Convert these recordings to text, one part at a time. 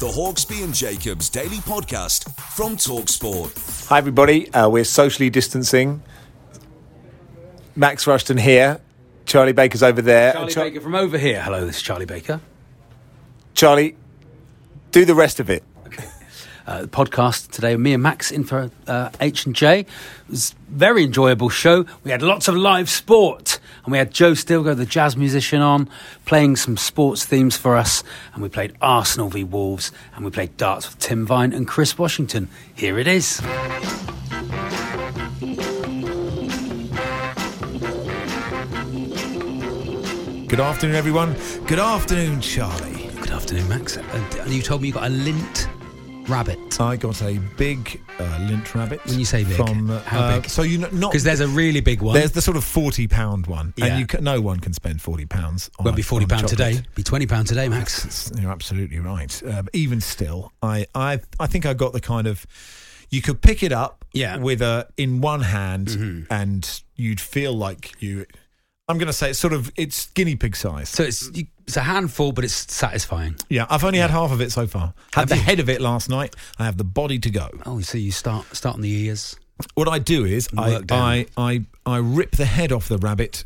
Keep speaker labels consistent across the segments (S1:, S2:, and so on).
S1: The Hawksby and Jacobs Daily Podcast from Talksport.
S2: Hi everybody, uh, we're socially distancing. Max Rushton here. Charlie Baker's over there.
S3: Charlie
S2: Char-
S3: Baker from over here. Hello, this is Charlie Baker.
S2: Charlie, do the rest of it.
S3: Uh, the podcast today, me and Max in for uh, H and J. It was a very enjoyable show. We had lots of live sport, and we had Joe Stilgo, the jazz musician, on playing some sports themes for us. And we played Arsenal v Wolves, and we played darts with Tim Vine and Chris Washington. Here it is.
S4: Good afternoon, everyone. Good afternoon, Charlie.
S3: Good afternoon, Max. And and you told me you got a lint rabbit.
S4: I got a big uh, lint rabbit.
S5: When you say big,
S4: from uh,
S5: how
S4: uh,
S5: big?
S4: so you know, not
S5: Because there's a really big one.
S4: there's the sort of forty pound one,
S5: Yeah.
S4: and you can, no one can spend forty pounds.
S5: won't be forty pound today. Be twenty pound today, Max.
S4: You're absolutely right. Uh, but even still, I, I I think I got the kind of you could pick it up
S5: Yeah. Mm-hmm.
S4: with a in one hand, and you'd feel like you. I'm going to say it's sort of it's guinea pig size.
S5: So it's you,
S3: It's a handful, but it's satisfying.
S4: Yeah, I've only had half of it so far. Had the head of it last night. I have the body to go.
S3: Oh, so you start start on the ears.
S4: What I do is I,
S3: work down.
S4: I I I rip the head off the rabbit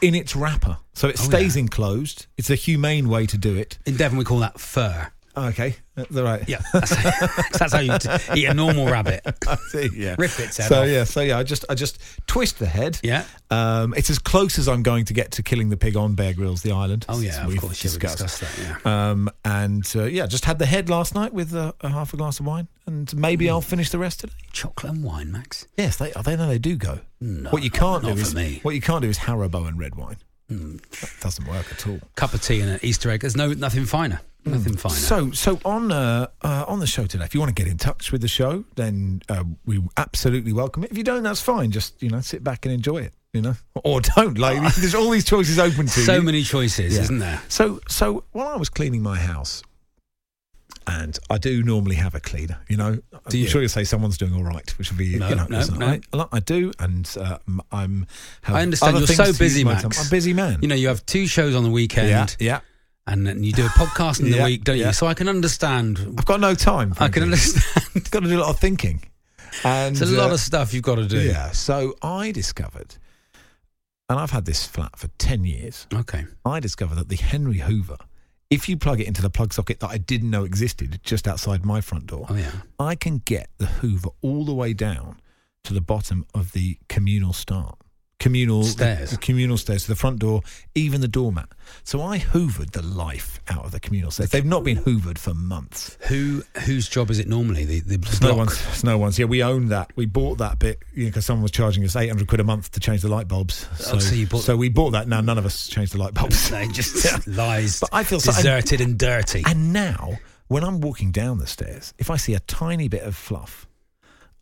S4: in its wrapper, so it stays enclosed. It's a humane way to do it.
S5: Oh, in Devon we call that fur.
S4: Okay, that's all right.
S5: Yeah, that's, that's how you t- eat a normal rabbit.
S4: See, yeah.
S5: Rip its head
S4: so
S5: off.
S4: yeah, so yeah, I just I just twist the head.
S5: Yeah.
S4: um, it's as close as I'm going to get to killing the pig on Bear Grylls, the island.
S5: Oh, yeah,
S4: as
S5: of
S4: we've
S5: course, yeah, we discussed that,
S4: Um, and uh, yeah, just had the head last night with uh, a half a glass of wine, and maybe
S5: Mm.
S4: I'll finish the rest today.
S3: Chocolate and wine, Max.
S4: Yes, they they know they do go.
S3: No,
S4: what you can't
S3: not
S4: do
S3: for
S4: is
S3: me.
S4: what you can't do is Haribo and red wine. That doesn't work at all.
S5: Mm. Cup of tea and an Easter egg. There's no nothing finer. Nothing finer.
S4: Mm. So so on uh, uh, on the show today, if you want to get in touch with the show, then uh, we absolutely welcome it. If you don't, that's fine. Just you know, sit back and enjoy it. You know, or don't. Like there's all these choices open to
S5: Ah. so
S4: you.
S5: many choices,
S4: Yeah.
S5: isn't there?
S4: So, so while I was cleaning my house, and I do normally have a cleaner, you know, I'm
S5: you?
S4: sure you'll say someone's doing all right, which would be,
S5: No,
S4: you know,
S5: no,
S4: listen,
S5: no.
S4: I, I- I do, and uh, m- I'm. Have
S5: I understand
S4: other
S5: you're
S4: things
S5: so
S4: to use
S5: busy,
S4: my
S5: Max.
S4: time. I'm a busy man.
S5: You know, you have two shows on the weekend,
S4: yeah, yeah.
S5: and then you do a podcast in the
S4: Yeah,
S5: week, don't
S4: yeah.
S5: you? So I can understand.
S4: I've got no time.
S5: I can understand.
S4: Got to do a lot of thinking, and
S5: It's a lot
S4: uh,
S5: of stuff you've got to do.
S4: yeah. So I discovered, and I've had this flat for ten years.
S5: Okay.
S4: I discovered that the Henry Hoover, if you plug it into the plug socket that I didn't know existed just outside my front door,
S5: Oh yeah.
S4: I can get the Hoover all the way down to the bottom of the communal start. Communal
S5: Stairs.
S4: the communal stairs to the front door, even the doormat. So I hoovered the life out of the communal stairs. They've not been hoovered for months.
S5: Who whose job is it normally? The the
S4: It's
S5: block.
S4: no one's. It's no one's. Yeah, we own that. We bought that bit because someone was charging us eight hundred quid a month to change the light bulbs. So,
S5: Oh, so you bought-
S4: so we bought that. Now none of us changed the light bulbs.
S5: No, just lies.
S4: But I feel so-
S5: deserted and dirty.
S4: And now, when I'm walking down the stairs, if I see a tiny bit of fluff,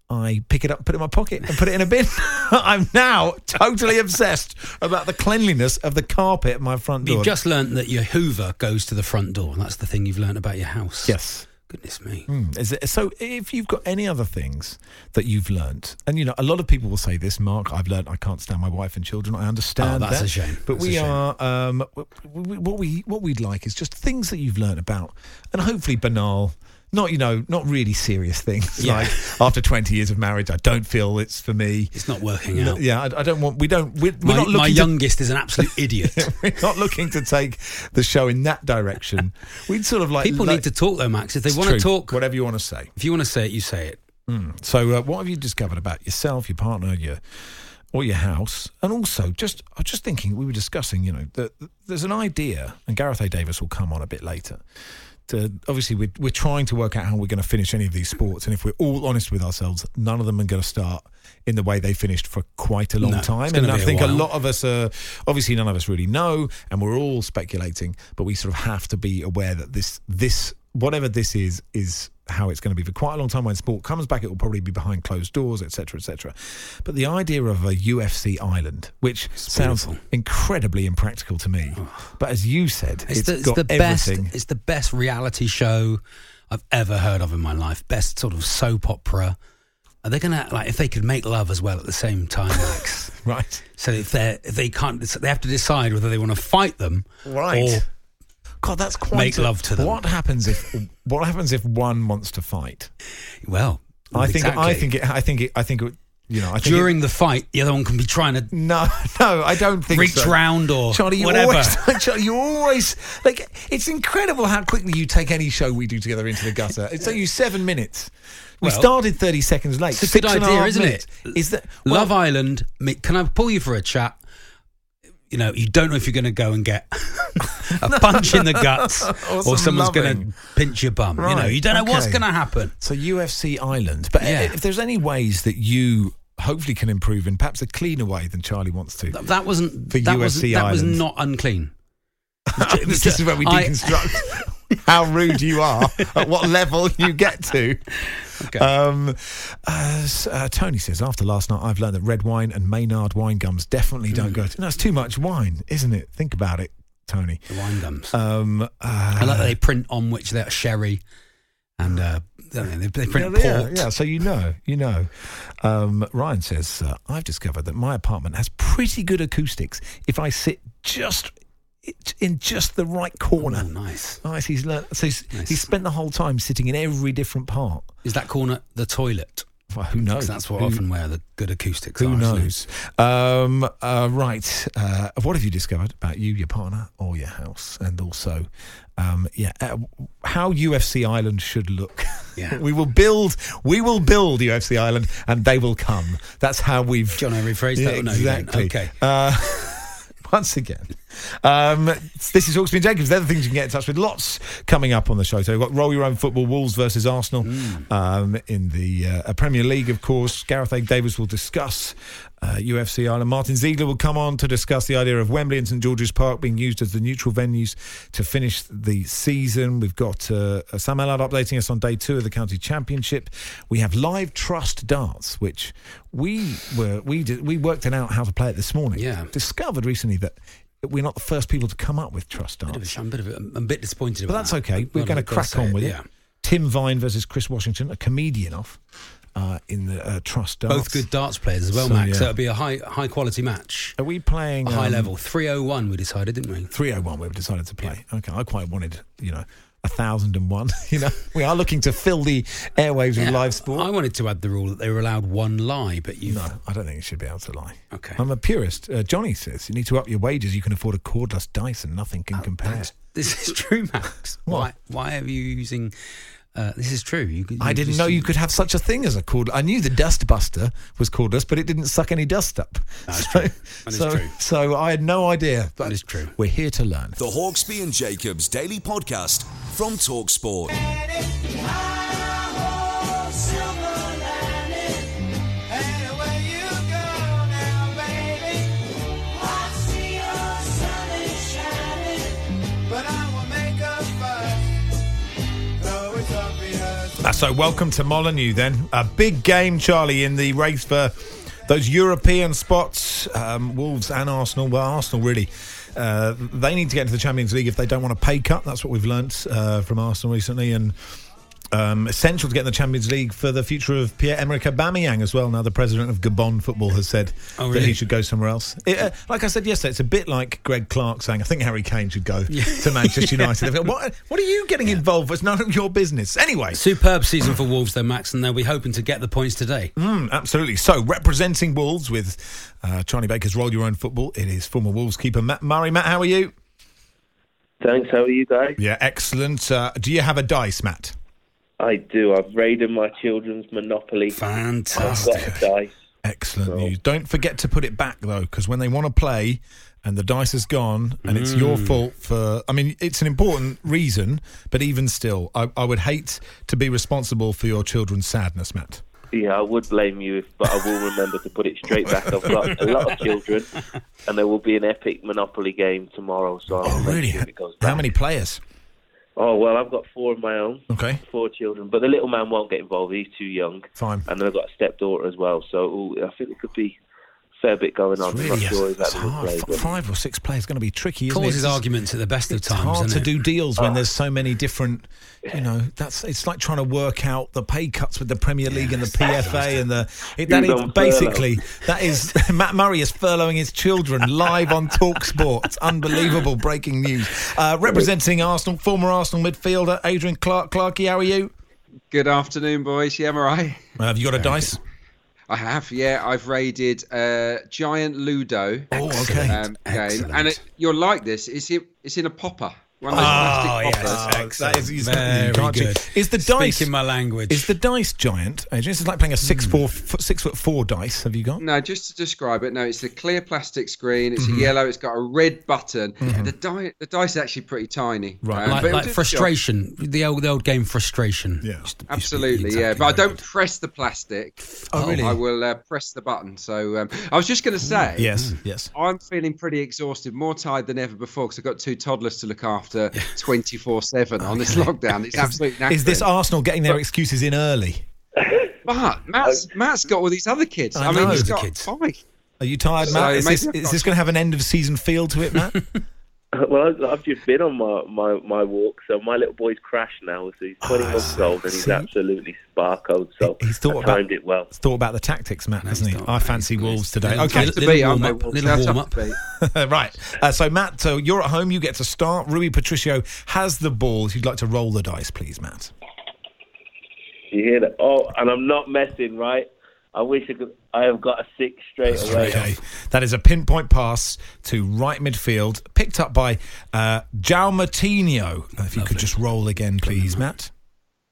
S4: I pick it up, put it in my pocket, and put it in a bin. I'm now totally obsessed about the cleanliness of the carpet at my front door.
S5: You've just learnt that your Hoover goes to the front door, and that's the thing you've learnt about your house.
S4: yes.
S5: Goodness me.
S4: Mm. Is it, so, if you've got any other things that you've learnt, and you know, a lot of people will say this, Mark, I've learnt I can't stand my wife and children. I understand
S5: Oh, that's
S4: that.
S5: a shame.
S4: But
S5: That's a
S4: we
S5: shame.
S4: are um, w- w- what we what we'd like is just things that you've learnt about, and hopefully banal. Not you know, not really serious things
S5: Yeah.
S4: like after twenty years of marriage, I don't feel it's for me.
S5: It's not working out.
S4: Yeah, I, I don't want. We don't. We're, we're
S5: my
S4: not looking.
S5: my
S4: to-
S5: youngest is an absolute idiot.
S4: we're not looking to take the show in that direction. We'd sort of like
S5: People
S4: lo-
S5: need to talk though, Max. If they
S4: It's
S5: want to
S4: true.
S5: talk,
S4: whatever you want to say. hmm.
S5: if you want to say it, you say it.
S4: So, uh, what have you discovered about yourself, your partner, your or your house. And also, just I was just thinking, we were discussing, you know, that there's an idea, and Gareth A. Davis will come on a bit later. To, obviously, we're, we're trying to work out how we're going to finish any of these sports. And if we're all honest with ourselves, none of them are going to start in the way they finished for quite a long
S5: No,
S4: time.
S5: it's
S4: And
S5: gonna
S4: I
S5: be a
S4: think a
S5: while.
S4: lot of us are obviously none of us really know, and we're all speculating, but we sort of have to be aware that this, this, whatever this is, is how it's going to be for quite a long time. When sport comes back, it will probably be behind closed doors, etc., etc. But the idea of a UFC island, which sounds
S5: beautiful.
S4: incredibly impractical to me, but as you said,
S5: Oh. It's, the, it's
S4: got
S5: the best.
S4: everything.
S5: It's the best reality show I've ever heard of in my life. Best sort of soap opera. Are they gonna like if they could make love as well at the same time, Max?
S4: right?
S5: so if they if they can't, they have to decide whether they want to fight them,
S4: Right.
S5: Or
S4: God, that's quite
S5: Make
S4: a-
S5: love to them.
S4: What happens if what happens if one wants to fight?
S5: well,
S4: I think I
S5: exactly.
S4: think it I think it I think it you know I think it-
S5: during the fight, the other one can be trying to
S4: No, no, I don't think
S5: reach
S4: so.
S5: round or
S4: Charlie, you
S5: whatever.
S4: always, Charlie, you always like. It's incredible how quickly you take any show we do together into the gutter. It took you seven minutes. We
S5: Well,
S4: started thirty seconds late.
S5: It's a
S4: Six
S5: good
S4: and
S5: idea,
S4: half
S5: isn't
S4: minutes.
S5: it?
S4: Is that
S5: Love
S4: well,
S5: Island? me- Can I pull you for a chat? You know, you don't know if you're going to go and get a punch in the guts,
S4: Or
S5: or,
S4: some
S5: someone's
S4: loving.
S5: going to pinch your bum. Um, You know,
S4: Right,
S5: you don't know what's
S4: okay.
S5: going to happen.
S4: So UFC Island. But uh,
S5: Yeah.
S4: if there's any ways that you hopefully can improve in perhaps a cleaner way than Charlie wants to,
S5: Th- That wasn't
S4: For
S5: that was
S4: UFC
S5: that was
S4: Island.
S5: not unclean.
S4: this is where we
S5: I-
S4: deconstruct how rude you are, at what level you get to.
S5: Okay.
S4: Um, uh, s- uh, Tony says, after last night, I've learned that red wine and Maynard wine gums definitely don't
S5: Mm.
S4: go. To, no, it's too much wine, isn't it? Think about it, Tony.
S5: The wine gums.
S4: Um, uh,
S5: I like that they print on which they're sherry, and uh, I don't know, they, they print
S4: yeah,
S5: port.
S4: Yeah, so you know, you know. Um, Ryan says, uh, I've discovered that my apartment has pretty good acoustics if I sit just in just the right corner.
S5: Oh, nice.
S4: Nice. He's learned. So he's,
S5: Nice.
S4: he's spent the whole time sitting in every different part.
S5: Is that corner the toilet?
S4: Well, who knows?
S5: 'Cause that's what
S4: who,
S5: often where the good acoustics are.
S4: Who
S5: isn't it?
S4: knows? Um, uh, right. Uh, what have you discovered about you, your partner, or your house? And also, um, yeah, uh, how UFC Island should look.
S5: Yeah.
S4: we will build. We will build UFC Island, and they will come. That's how we've.
S5: John, I rephrased that.
S4: Yeah,
S5: No, you don't.
S4: exactly.
S5: Okay.
S4: Uh, once again, um, this is Hawksby and Jacobs. They're the things you can get in touch with. Lots coming up on the show. So we've got Roll Your Own Football, Wolves versus Arsenal um, in the uh, Premier League, of course. Gareth A. Davis will discuss uh, UFC Ireland. Martin Ziegler will come on to discuss the idea of Wembley and St George's Park being used as the neutral venues to finish the season. We've got uh, Sam Allard updating us on day two of the county championship. We have live trust darts, which we were we did, we worked it out how to play it this morning.
S5: Yeah.
S4: discovered recently that we're not the first people to come up with trust
S5: Bit of
S4: darts,
S5: a- I'm a bit of a, I'm a bit disappointed
S4: but
S5: about
S4: that's
S5: that.
S4: okay.
S5: But
S4: We're
S5: I've
S4: going to
S5: got
S4: crack
S5: say
S4: on with it.
S5: Yeah.
S4: Tim Vine versus Chris Washington, a comedian off uh, in the uh, trust darts.
S5: Both good darts players as well,
S4: So,
S5: Max.
S4: yeah.
S5: So it'll be a high high quality match,
S4: Are we playing
S5: a high
S4: um,
S5: level. 301 we decided, didn't we?
S4: 301 we've decided to play. Okay, I quite wanted, you know, a thousand and one. You know, we are looking to fill the airwaves
S5: Yeah.
S4: with live sport.
S5: I wanted to add the rule that they were allowed one lie, but you
S4: no, I don't think you should be able to lie.
S5: Okay.
S4: I'm a purist. Uh, Johnny says you need to up your wages. You can afford a cordless Dyson. Nothing can compare.
S5: Max, Oh, This is true, Max.
S4: What?
S5: why why are you using uh, this is true. You, could-
S4: I didn't
S5: just-
S4: know you could have such a thing as a cord. I knew the dust buster was cordless, but it didn't suck any dust up.
S5: That's
S4: so,
S5: true. That is
S4: so,
S5: true.
S4: So I had no idea. But
S5: That is true.
S4: We're here to learn.
S1: The Hawksby and Jacobs Daily Podcast from Talksport.
S4: Uh, So, welcome to Molyneux then. A big game, Charlie, in the race for those European spots. Um, Wolves and Arsenal. Well, Arsenal really. Uh, they need to get into the Champions League if they don't want to pay cut. That's what we've learnt uh, from Arsenal recently. And um, essential to get in the Champions League for the future of Pierre Emerick Aubameyang as well. Now, the president of Gabon football has said
S5: Oh,
S4: that he
S5: really?
S4: should go somewhere else. It, uh, like I said yesterday, it's a bit like Greg Clark saying, "I think Harry Kane should go to Manchester United." They've gone, What? What are you getting involved? with? It's none of your business. Anyway,
S5: Superb season for Wolves though, Max, and they'll be hoping to get the points today.
S4: Mm, absolutely. So, representing Wolves with uh, Charlie Baker's Roll Your Own Football, it is former Wolves keeper Matt Murray. Matt, how are you?
S6: Thanks. How are you guys?
S4: Yeah, excellent. Uh, do you have a dice, Matt?
S6: I do. I've raided my children's Monopoly. I've got
S5: Fantastic.
S6: a dice.
S4: Excellent
S7: So-
S4: news. Don't forget to put it back though, because when they want to play and the dice is gone and it's your fault for, I mean, it's an important reason, but even still, I, I would hate to be responsible for your children's sadness, Matt.
S7: Yeah, I would blame you, if, but I will remember to put it straight back. I've got a lot of children, and there will be an epic Monopoly game tomorrow. So I'll make sure it goes
S4: Oh, How
S7: back.
S4: many players?
S7: Oh well, I've got four of my own,
S4: Okay.
S7: four children, but the little man won't get involved. He's too young.
S4: Fine.
S7: And then I've got a stepdaughter as well, so ooh, I think there could be a fair bit going on.
S4: It's
S7: I'm
S4: really
S7: not sure
S4: it's
S7: exactly
S4: hard.
S7: what play,
S4: F-
S7: but-
S4: Five or six players going to be tricky, isn't
S5: Causes
S4: it?
S5: arguments at the best of
S4: It's
S5: times.
S4: hard to
S5: isn't it?
S4: do deals when there's so many different, you know. That's it's like trying to work out the pay cuts with the Premier League and the PFA and the. It, that
S7: He's
S4: is
S7: on
S4: basically that is Matt Murray is furloughing his children live on Talksport. It's unbelievable breaking news. Uh, representing Arsenal, former Arsenal midfielder Adrian Clark. Clarkey, how are you?
S8: Good afternoon, boys. Yeah, am I right?
S4: Uh, have you got a dice?
S8: I have. Yeah, I've raided uh, Giant Ludo
S4: Oh, okay.
S8: um, game, and it, you're like this. It's in, it's in a popper. One of those
S5: Oh,
S8: plastic poppers.
S5: yes.
S4: Ah, that
S5: Excellent.
S4: is- you
S5: Very
S4: can't do-
S5: good.
S4: Is the
S5: Speaking
S4: dice-
S5: my language. Hmm.
S4: Is the dice giant? Adrian, this is like playing a six four foot six foot four dice. Have you got?
S8: No, just to describe it. No, it's the clear plastic screen. It's
S5: Mm-hmm.
S8: a yellow. It's got a red button. The, di- the dice is actually pretty tiny.
S4: Right.
S8: um,
S5: like,
S8: but it'll
S5: like
S8: do the job.
S5: frustration, the old the old game frustration. Used to-
S4: Yeah.
S5: used to be
S8: Absolutely, yeah.
S5: exactly
S8: But I
S5: very
S8: don't
S5: good.
S8: press the plastic.
S4: Oh, really?
S8: I will uh, press the button. So um, I was just
S5: Mm,
S8: going to say. mm,
S4: Yes. Yes.
S8: I'm feeling pretty exhausted, more tired than ever before because I've got two toddlers to look after 24 7 on this lockdown. It's absolutely
S4: Is this
S8: knackering.
S4: Arsenal getting their excuses in early?
S8: But Matt's, Matt's got all these other kids.
S4: I
S8: I, mean,
S4: know.
S8: he's
S4: The
S8: got
S5: kids.
S8: five.
S4: Are you tired, Matt?
S8: So
S4: is
S8: maybe
S4: this,
S8: I've
S4: is
S8: got-
S4: this going to have an end of season feel to it, Matt?
S7: Well, I've, I've just been on my, my, my walk, so my little boy's crashed now. So he's 20 months old and he's
S4: Ah, See?
S7: absolutely sparkled. So
S4: He- he's thought
S7: I
S4: about-
S7: timed it well.
S4: Thought about the tactics, Matt, hasn't he?
S5: he's not.
S4: I fancy Wolves today.
S5: Little-
S4: Okay,
S8: Have to
S5: Little
S8: be, aren't they?
S5: warm-up,
S8: Wolves?
S5: little
S8: Have to
S5: warm-up.
S8: be.
S4: right. Uh, so, Matt, so you're at home. You get to start. Rui Patricio has the ball. If you'd like to roll the dice, please, Matt.
S7: You hear that? Oh, and I'm not messing, right? I wish I could. I have got a six straight away.
S4: Okay. That is a pinpoint pass to right midfield, picked up by uh, Jao Matinho. If you could just roll again, please, Matt.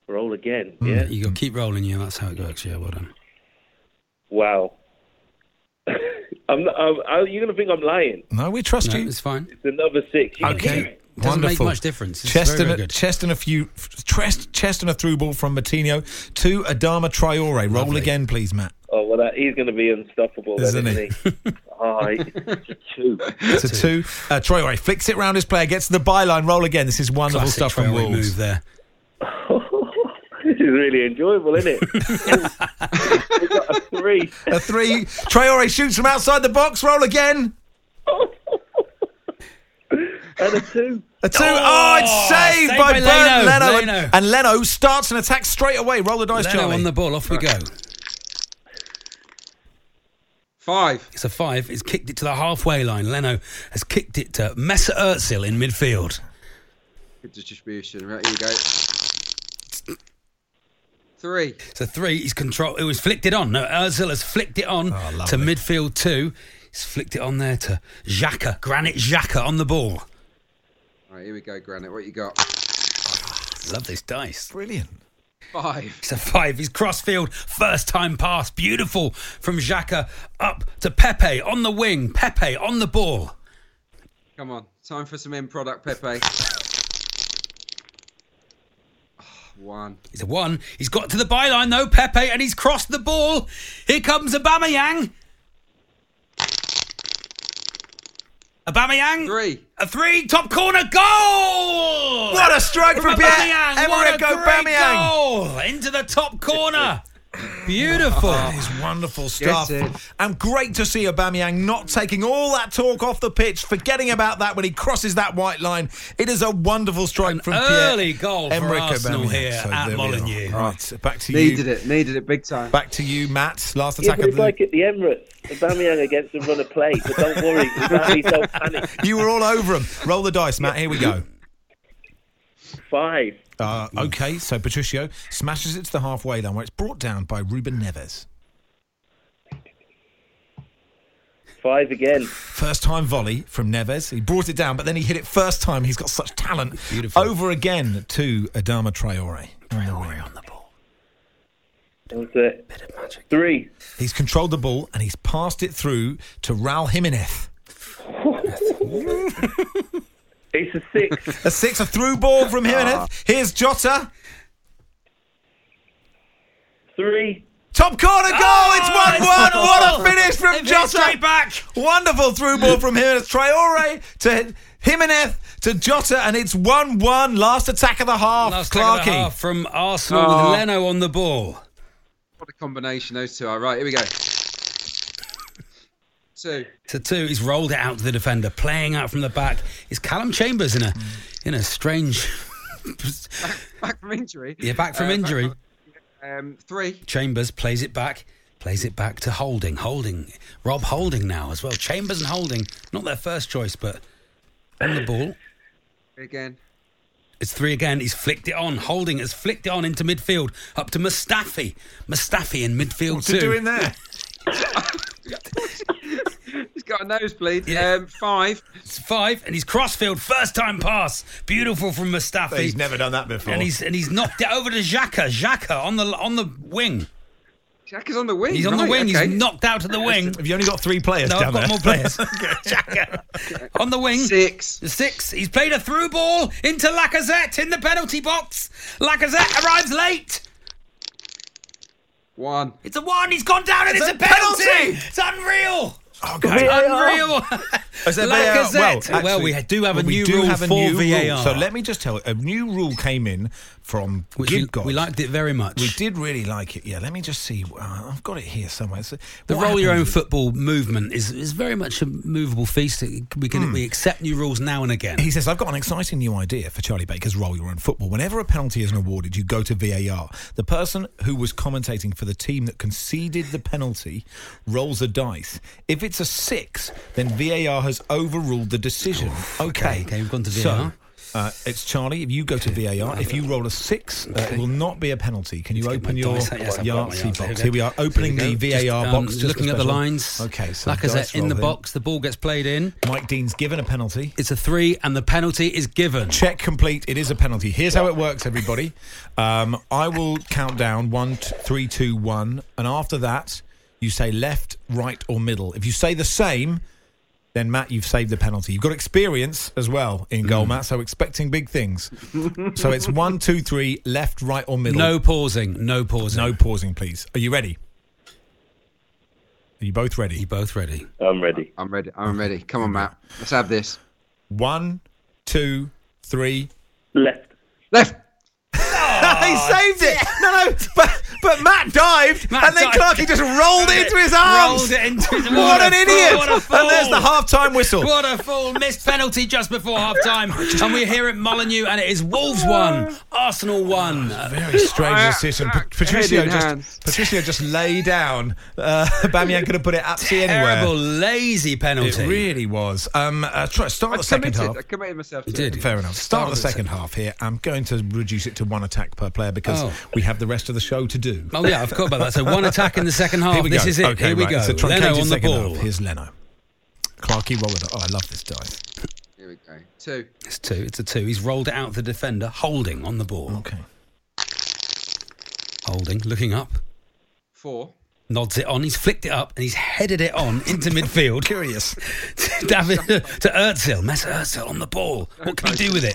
S7: Roll again. Yeah.
S5: Mm, You got keep rolling, yeah. That's how it works. Yeah, well done.
S7: Wow. I'm not, I'm, I, you're going to think I'm lying.
S4: No, we trust
S5: No,
S4: you.
S5: it's fine.
S7: It's another six. You can hear
S4: Okay.
S7: it.
S5: It doesn't
S4: Wonderful.
S5: make much difference. It's
S4: Chest
S5: very, very
S4: and a,
S5: good.
S4: chest and a few chest, chest and a through ball from Matinho to Adama Traore. Roll
S5: Lovely.
S4: again, please, Matt.
S7: Oh, well, that, he's going to be unstoppable, then,
S4: Isn't
S7: isn't,
S4: he?
S7: he? oh, it's a two.
S4: It's a two. Uh, Traore flicks it round his player, gets to the byline. Roll again. This is wonderful
S5: Classic
S4: stuff from
S5: Traore move
S4: Wolves.
S5: there.
S7: this is really enjoyable, isn't it? we got a three.
S4: A three. Traore shoots from outside the box. Roll again.
S7: and a two.
S4: A two. Oh, it's saved,
S5: saved
S4: by,
S5: by Leno,
S4: Bernd Leno. And-
S5: Leno.
S4: And, Leno starts an attack straight away. Roll the dice,
S5: Leno
S4: Charlie.
S5: on the ball. Off we go.
S8: Five.
S5: It's a five. It's kicked it to the halfway line. Leno has kicked it to Messer Özil in midfield.
S8: Good distribution. Right, here we go. Three.
S5: So three. He's control. It was flicked it on. No, Özil has flicked it on to
S4: Ah, lovely.
S5: midfield two. He's flicked it on there to Xhaka. Granite Xhaka on the ball.
S8: All right, here we go, Granite. What you got?
S5: Ah, Love this dice.
S4: Brilliant.
S8: Five.
S5: It's a five. He's crossfield. First time pass. Beautiful from Xhaka up to Pepe on the wing. Pepe on the ball.
S8: Come on. Time for some in product, Pepe. Ah, One.
S5: He's a one. Um, He's got to the byline though, Pepe, and he's crossed the ball. Here comes Abamayang. Abamayang.
S8: Three.
S5: A three. Top corner. Goal!
S4: What a strike
S5: From
S4: from Pierre
S5: Aubameyang, What a
S4: Emerick
S5: great
S4: Aubameyang.
S5: goal! Into the top corner. Beautiful.
S4: That is wonderful stuff.
S8: it.
S4: And great to see Aubameyang not taking all that talk off the pitch, forgetting about that when he crosses that white line. It is a wonderful strike from
S5: early
S4: Pierre.
S5: goal for
S4: Emerick
S5: Arsenal
S4: Aubameyang.
S5: here
S4: So
S5: at
S4: there we are.
S5: Molineux.
S4: Right, back to
S8: Needed
S4: you.
S8: it. Needed it big time.
S4: Back to you, Matt. Last
S7: Yeah,
S4: attack
S7: but
S4: of
S7: it's
S4: the.
S7: like at the Emirates. Aubameyang against the run of play, but don't worry. Exactly, don't panic.
S4: you were all over him. Roll the dice, Matt. Here we go.
S7: Five.
S4: Uh, okay, so Patricio smashes it to the halfway line where it's brought down by Ruben Neves.
S7: Five again.
S4: First time volley from Neves. He brought it down, but then he hit it first time. He's got such talent.
S5: Beautiful.
S4: Over again to Adama Traore. Traore on the ball.
S6: That was it. Bit of magic. Three.
S4: He's controlled the ball and he's passed it through to Raul Jimenez.
S6: It's a six. Ah.
S4: A six, a through ball from Jimenez. Here's Jota.
S6: Three. Ah,
S4: Top corner goal. it's one one. What a finish from Jota.
S3: straight back.
S4: Wonderful through ball from Jimenez. Traore to Jimenez to Jota, and it's one one. Last attack of the half.
S5: Last
S4: Clarkey.
S5: Clarky. half from Arsenal
S6: Ah.
S8: Oh.
S5: with Leno on the ball.
S8: What a combination those two are. Right, here we go. Two.
S5: To two, he's rolled it out to the defender, playing out from the back. Is Callum Chambers in a in a strange?
S8: Back from injury.
S5: yeah, back from
S8: Uh,
S5: injury.
S8: Um, three.
S5: Chambers plays it back, plays it back to Holding. Holding, Rob Holding now as well. Chambers and Holding, not their first choice, but on the ball.
S8: Again.
S5: It's three again. He's flicked it on. Holding has flicked it on into midfield, up to Mustafi. Mustafi in midfield
S4: What's
S5: too.
S4: he doing there?
S8: He's got a nosebleed.
S5: Yeah.
S8: Um, five.
S5: It's five, and he's crossfield first time pass. Beautiful from Mustafi.
S4: He's never done that before.
S5: and he's and he's knocked it over to Xhaka. Xhaka on the on the wing.
S8: Jack is on the wing.
S5: He's on the
S8: right,
S5: wing.
S8: Okay.
S5: He's knocked out to the wing.
S4: Have you only got three players
S5: No,
S4: down
S5: I've got
S4: there?
S5: more players. Xhaka on the wing.
S8: Six.
S5: The Six. He's played a through ball into Lacazette in the penalty box. Lacazette arrives late.
S8: One.
S5: It's a one. He's gone down and it's, a, penalty. It's unreal.
S4: Oh, God.
S5: Unreal.
S4: Is there VAR?
S5: Lacazette. Well, we do have a
S4: well, we
S5: new
S4: do
S5: rule
S4: have a
S5: for
S4: new
S5: VAR.
S4: Rule. So let me just tell you, a new rule came in from
S5: Which we,
S4: Gidgod.
S5: we liked it very much.
S4: We did really like it. Yeah, let me just see. Uh, I've got it here somewhere. So,
S5: The
S4: what
S5: roll your own
S4: happened-
S5: football movement is, is very much a movable feast. It- We can
S4: Hmm.
S5: we accept new rules now and again.
S4: He says, I've got an exciting new idea for Charlie Baker's Roll Your Own Football. Whenever a penalty isn't awarded, you go to VAR. The person who was commentating for the team that conceded the penalty rolls a dice. If it's a six, then VAR has overruled the decision. okay.
S5: Oh, okay, we've gone to
S4: So,
S5: VAR.
S4: uh, it's Charlie. If you go to VAR, if you roll a six, uh, it will not be a penalty. Can you
S5: Let's get
S4: open
S5: my
S4: your
S5: dice out. Yes, I've got my
S4: Yahtzee
S5: Yahtzee. Here we
S4: box?
S5: go.
S4: Here we are, opening
S5: Here we
S4: the
S5: go.
S4: VAR
S5: Just, um,
S4: box. just for
S5: looking at the
S4: special-
S5: lines.
S4: Okay, so dice
S5: Lacazette in
S4: roll
S5: the
S4: then.
S5: box. The ball gets played in.
S4: Mike Dean's given a penalty.
S5: It's a three, and the penalty is given.
S4: Check complete. It is a penalty. Here's how it works, everybody. Um, I will count down one, t- three, two, one, and after that, you say left, right, or middle. If you say the same, then Matt, you've saved the penalty. You've got experience as well in
S5: Mm.
S4: goal, Matt. So expecting big things. so it's one, two, three, left, right, or middle.
S5: No pausing. No pausing.
S4: no pausing, please. Are you ready? Are you both
S5: You
S4: ready?
S5: both ready?
S6: I'm ready.
S8: I'm ready. I'm ready. Come on, Matt. Let's have this.
S4: One, two, three.
S6: Left.
S8: Left.
S4: he saved it. No, no, but but Matt dived,
S5: Oh, Matt
S4: and then
S5: dived.
S4: Clarky just rolled it into his arms.
S5: Rolled it into his
S4: what an
S5: a
S4: idiot!
S5: fool, what a fool.
S4: and there's the half-time whistle.
S5: What a fool! Missed penalty just before half time, and we're here at Molineux, and it is Wolves one, Arsenal one.
S4: Ah, Very strange decision. Pa- Patricio
S8: Head in hands.
S4: just Patricio just lay down. Uh, Bamian could have put it absolutely
S5: Terrible,
S4: anywhere.
S5: lazy
S4: It
S5: penalty.
S4: really was. Um, uh, try, start
S8: I
S4: the second half.
S8: committed. I committed myself.
S5: You
S8: to it.
S5: did.
S4: Fair enough.
S5: Start
S4: Start the
S5: with the
S4: second half here. I'm going to reduce it to one attack per player because
S5: Oh.
S4: we have the rest of the show to do.
S5: Oh yeah, I've got about that. So one attack in the second half.
S4: Here we
S5: this
S4: go.
S5: is it.
S4: Okay,
S5: Here we
S4: right.
S5: go.
S4: It's a truncated
S5: Leno on the
S4: second
S5: ball.
S4: half. Here's Leno. Clarkey roll it. Oh, I love this dice.
S8: Here we go. Two.
S5: It's two. It's a two. He's rolled it out to the defender, holding on the ball,
S4: Okay.
S5: holding, looking up,
S8: Four.
S5: nods it on. He's flicked it up and he's headed it on into midfield.
S4: Curious.
S5: David to Ertzil. Mesut Ertzil on the ball. What can he do with it?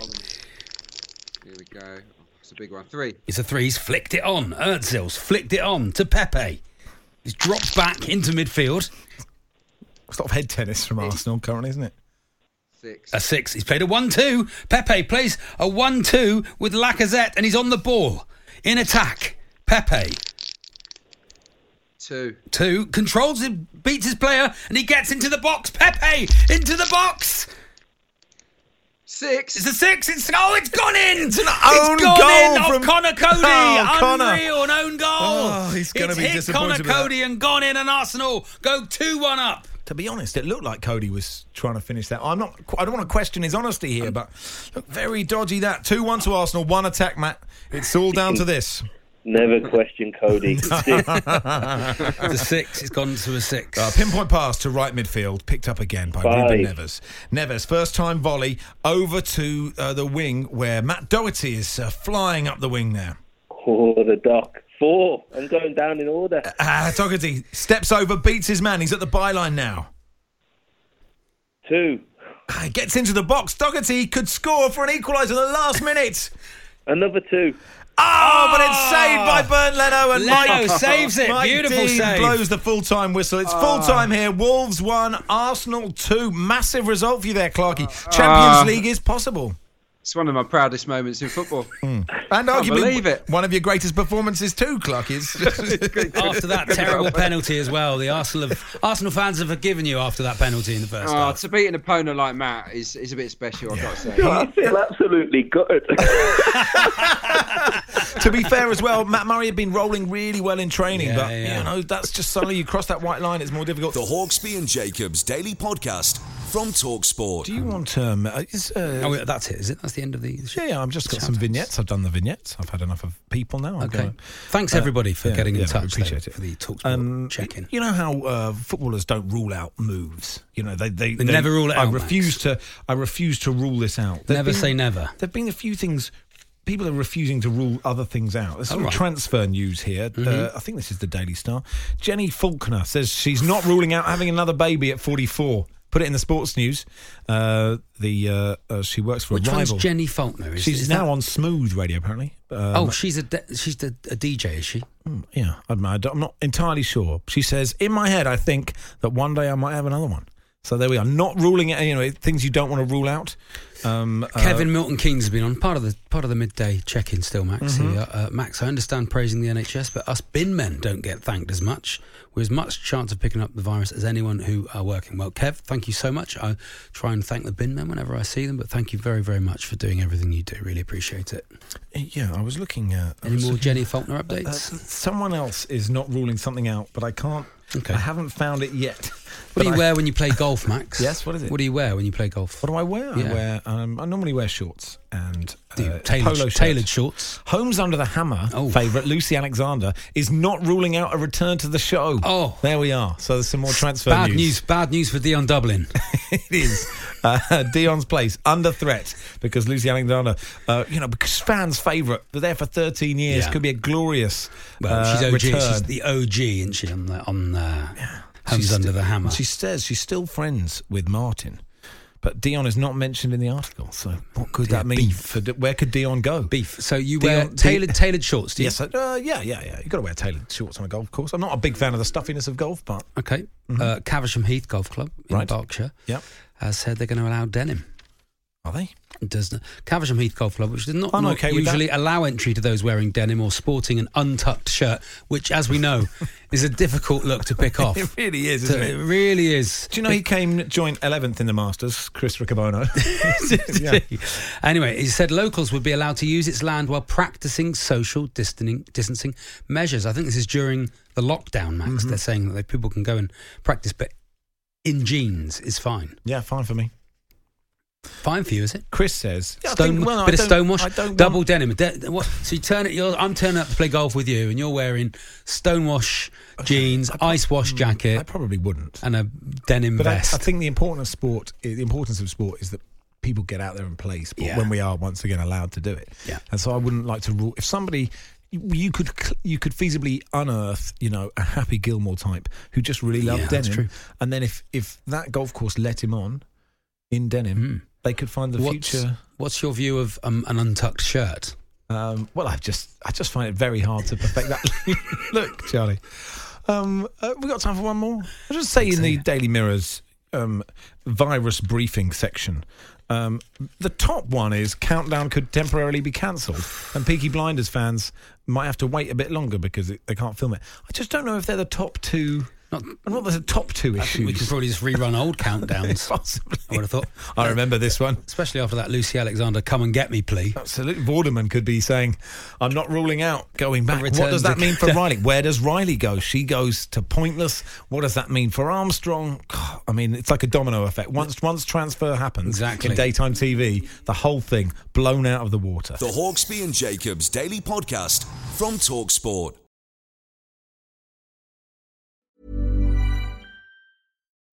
S8: Here we go. Oh, It's a big one. Three.
S5: It's a three. He's flicked it on. Ertzil's flicked it on to Pepe. He's dropped back into midfield.
S4: It's a lot of head tennis from Arsenal currently, isn't it?
S8: Six.
S5: A six. He's played a one-two. Pepe plays a one-two with Lacazette, and he's on the ball in attack. Pepe
S8: Two.
S5: two controls him, beats his player, and he gets into the box. Pepe into the box.
S8: Six.
S5: It's a six. It's oh, it's gone in. It's an
S4: own
S5: gone
S4: goal
S5: in.
S4: from-
S5: oh, Connor Cody.
S4: Oh, Connor.
S5: Unreal, an own goal.
S4: Oh, he's gonna
S5: it's
S4: be
S5: hit
S4: disappointed
S5: Connor
S4: with that.
S5: Cody and gone in, and Arsenal go two-one up.
S4: To be honest, it looked like Cody was trying to finish that. I'm not. I don't want to question his honesty here, but look, very dodgy that two one to Arsenal, one attack, Matt. It's all down to this.
S6: Never question Cody. Six.
S5: It's a six. It's gone to a six.
S4: Uh, pinpoint pass to right midfield, picked up again by
S6: Five.
S4: Ruben Neves. Neves, first time volley over to uh, the wing where Matt Doherty is uh, flying up the wing there.
S6: Oh, the doc. four. I'm going down in order.
S4: Ah, Doherty steps over, beats his man. He's at the byline now.
S6: Two.
S4: Ah, he gets into the box. Doherty could score for an equaliser in the last minute.
S6: Another two.
S4: Oh, but it's saved by Burn Leno and
S5: Leno
S4: Mike.
S5: Ah! saves it.
S4: Mike
S5: Beautiful
S4: Dean
S5: save. Ah.
S4: blows the full time whistle. It's full time here. Wolves one, Arsenal two. Massive result for you there, Clarky. Champions
S8: Ah.
S4: League is possible.
S8: It's one of my proudest moments in football.
S4: And arguably
S8: believe it.
S4: one of your greatest performances too, Clarky. It's-
S5: After that terrible penalty as well, the Arsenal have, Arsenal fans have forgiven you after that penalty in the first
S8: Oh,
S5: half.
S8: to beat an opponent like Matt is, is a bit special, I've got to say.
S6: I feel absolutely gutted.
S4: to be fair as well, Matt Murray had been rolling really well in training,
S5: Yeah,
S4: but
S5: yeah.
S4: you know that's just suddenly you cross that white line, it's more difficult.
S1: The Hawksby and Jacobs Daily Podcast from Talksport.
S4: Do you want um? uh, Is, uh,
S5: Oh, yeah, that's it, is it? That's the end of the.
S4: yeah, yeah, I've just got some vignettes. I've done the vignettes. I've had enough of people now. I'll
S5: Okay.
S4: go-
S5: Thanks everybody for
S4: uh, yeah,
S5: getting
S4: yeah,
S5: in touch.
S4: we appreciate
S5: though,
S4: it.
S5: for the talk
S4: um,
S5: check in.
S4: You know how uh, footballers don't rule out moves. You know they they,
S5: They never rule it
S4: I
S5: out,
S4: refuse to. I refuse to rule this out. There've
S5: Never
S4: been-
S5: say never.
S4: There've been a few things. People are refusing to rule other things out. There's some
S5: right. Mm-hmm.
S4: transfer news here. Uh, I think this is the Daily Star. Jenny Faulkner says she's not ruling out having another baby at 44. Put it in the sports news. Uh, the uh, uh, she works for
S5: Which
S4: a
S5: one's
S4: rival.
S5: Jenny Faulkner? Is,
S4: she's
S5: is
S4: now
S5: that-
S4: on Smooth Radio apparently. Uh,
S5: Oh, she's a de- she's the, a DJ, is she?
S4: yeah, I'm, I don't- I'm not entirely sure. She says, in my head, I think that one day I might have another one. So there we are. Not ruling it, you know, things you don't want to rule out. Um, uh,
S5: Kevin Milton Keynes has been on part of the part of the midday check-in still, Max.
S4: Mm-hmm.
S5: Uh, uh, Max, I understand praising the NHS, but us bin men don't get thanked as much. We're as much chance of picking up the virus as anyone who are working. Well, Kev, thank you so much. I try and thank the bin men whenever I see them, but thank you very, very much for doing everything you do. Really appreciate it.
S4: Uh, yeah, I was looking at. I
S5: Any
S4: was
S5: more
S4: looking-
S5: Jenny Faulkner
S4: uh,
S5: updates?
S4: someone else is not ruling something out, but I can't.
S5: Okay.
S4: I haven't found it yet.
S5: what do
S4: But
S5: you
S4: I-
S5: wear when you play golf, Max?
S4: Yes, what is it?
S5: What do you wear when you play golf?
S4: What do I wear? I
S5: Yeah.
S4: wear. Um, I normally wear shorts and
S5: Do you-
S4: uh,
S5: tailored,
S4: polo shirt.
S5: tailored shorts.
S4: Homes Under the Hammer
S5: Oh.
S4: favourite Lucy Alexander is not ruling out a return to the show.
S5: Oh.
S4: there we are. So there's some more transfer
S5: Bad news. Bad news for Dion Dublin.
S4: it is uh, Dion's place under threat because Lucy Alexander, uh, you know, because fans' favourite, they're there for 13 years.
S5: Yeah.
S4: Could be a glorious.
S5: Well,
S4: uh,
S5: she's OG.
S4: Return.
S5: She's the OG, isn't she? On the on the Homes
S4: She's
S5: under
S4: sti-
S5: the hammer.
S4: She says she's still friends with Martin, but Dion is not mentioned in the article. So what could that mean? For, D- where could Dion go?
S5: beef. So you
S4: Dion-
S5: wear
S4: Di-
S5: tailored tailored shorts, do you?
S4: Yes, uh, yeah, yeah, yeah. You've got to wear tailored shorts on a golf course. I'm not a big fan of the stuffiness of golf, but
S5: Okay. Uh, Caversham Heath Golf Club in
S4: Mm-hmm. Right.
S5: Berkshire
S4: yeah,
S5: has said they're going to allow denim.
S4: are they?
S5: It Does not Caversham Heath Golf Club, which does not,
S4: I'm
S5: not
S4: okay with that.
S5: usually allow entry to those wearing denim or sporting an untucked shirt, which, as we know, is a difficult look to pick off.
S4: It really is,
S5: So
S4: isn't
S5: it
S4: it?
S5: really is.
S4: Do you know he came joint 11th in the Masters, Chris Riccobono?
S5: Anyway, he said locals would be allowed to use its land while practicing social distancing, distancing measures. I think this is during the lockdown, Max.
S4: Mm-hmm.
S5: They're saying that they, people can go and practice, but in jeans is fine.
S4: yeah, fine for me.
S5: Fine for you, is it?
S4: Chris says Yeah, I
S5: Stone,
S4: think- well, I
S5: bit of
S4: don't- I
S5: stonewash,
S4: don't
S5: double
S4: want-
S5: denim. De- what, so you turn it. You're, I'm turning up to play golf with you, and you're wearing stonewash jeans, ice wash
S4: I
S5: jacket,
S4: probably wouldn't.
S5: and a denim
S4: But I, I
S5: vest.
S4: think the importance of sport, i- the importance of sport, is that people get out there and play sport
S5: Yeah.
S4: when we are once again allowed to do it.
S5: Yeah.
S4: And so I wouldn't like to rule if somebody. You you could cl- you could feasibly unearth you know a Happy Gilmore type who just really loved
S5: Yeah, that's
S4: denim,
S5: true.
S4: and then if if that golf course let him on in denim, they could find the
S5: Hmm. what's,
S4: future.
S5: what's your view of um, an untucked shirt?
S4: Um, well, I just I just find it very hard to perfect that look, Charlie. Um, uh, we got time for one more. I'll just say in the Daily Mirror's um, virus briefing section, um, the top one is countdown could temporarily be cancelled, and Peaky Blinders fans might have to wait a bit longer because it, they can't film it. I just don't know if they're the top two.
S5: Not-
S4: and what are the top
S5: I
S4: two
S5: think
S4: issues?
S5: we can probably just rerun old countdowns.
S4: Possibly.
S5: I would have thought.
S4: I remember this one.
S5: Especially after that Lucy Alexander, come and get me, please.
S4: Absolutely. Vorderman could be saying, I'm not ruling out going back. What
S5: return
S4: does
S5: to-
S4: that mean for Riley? Where does Riley go? She goes to pointless. What does that mean for Armstrong? God, I mean, it's like a domino effect. Once once transfer happens
S5: Exactly.
S4: in daytime TV, the whole thing blown out of the water.
S1: The Hawksby and Jacobs Daily Podcast from Talksport.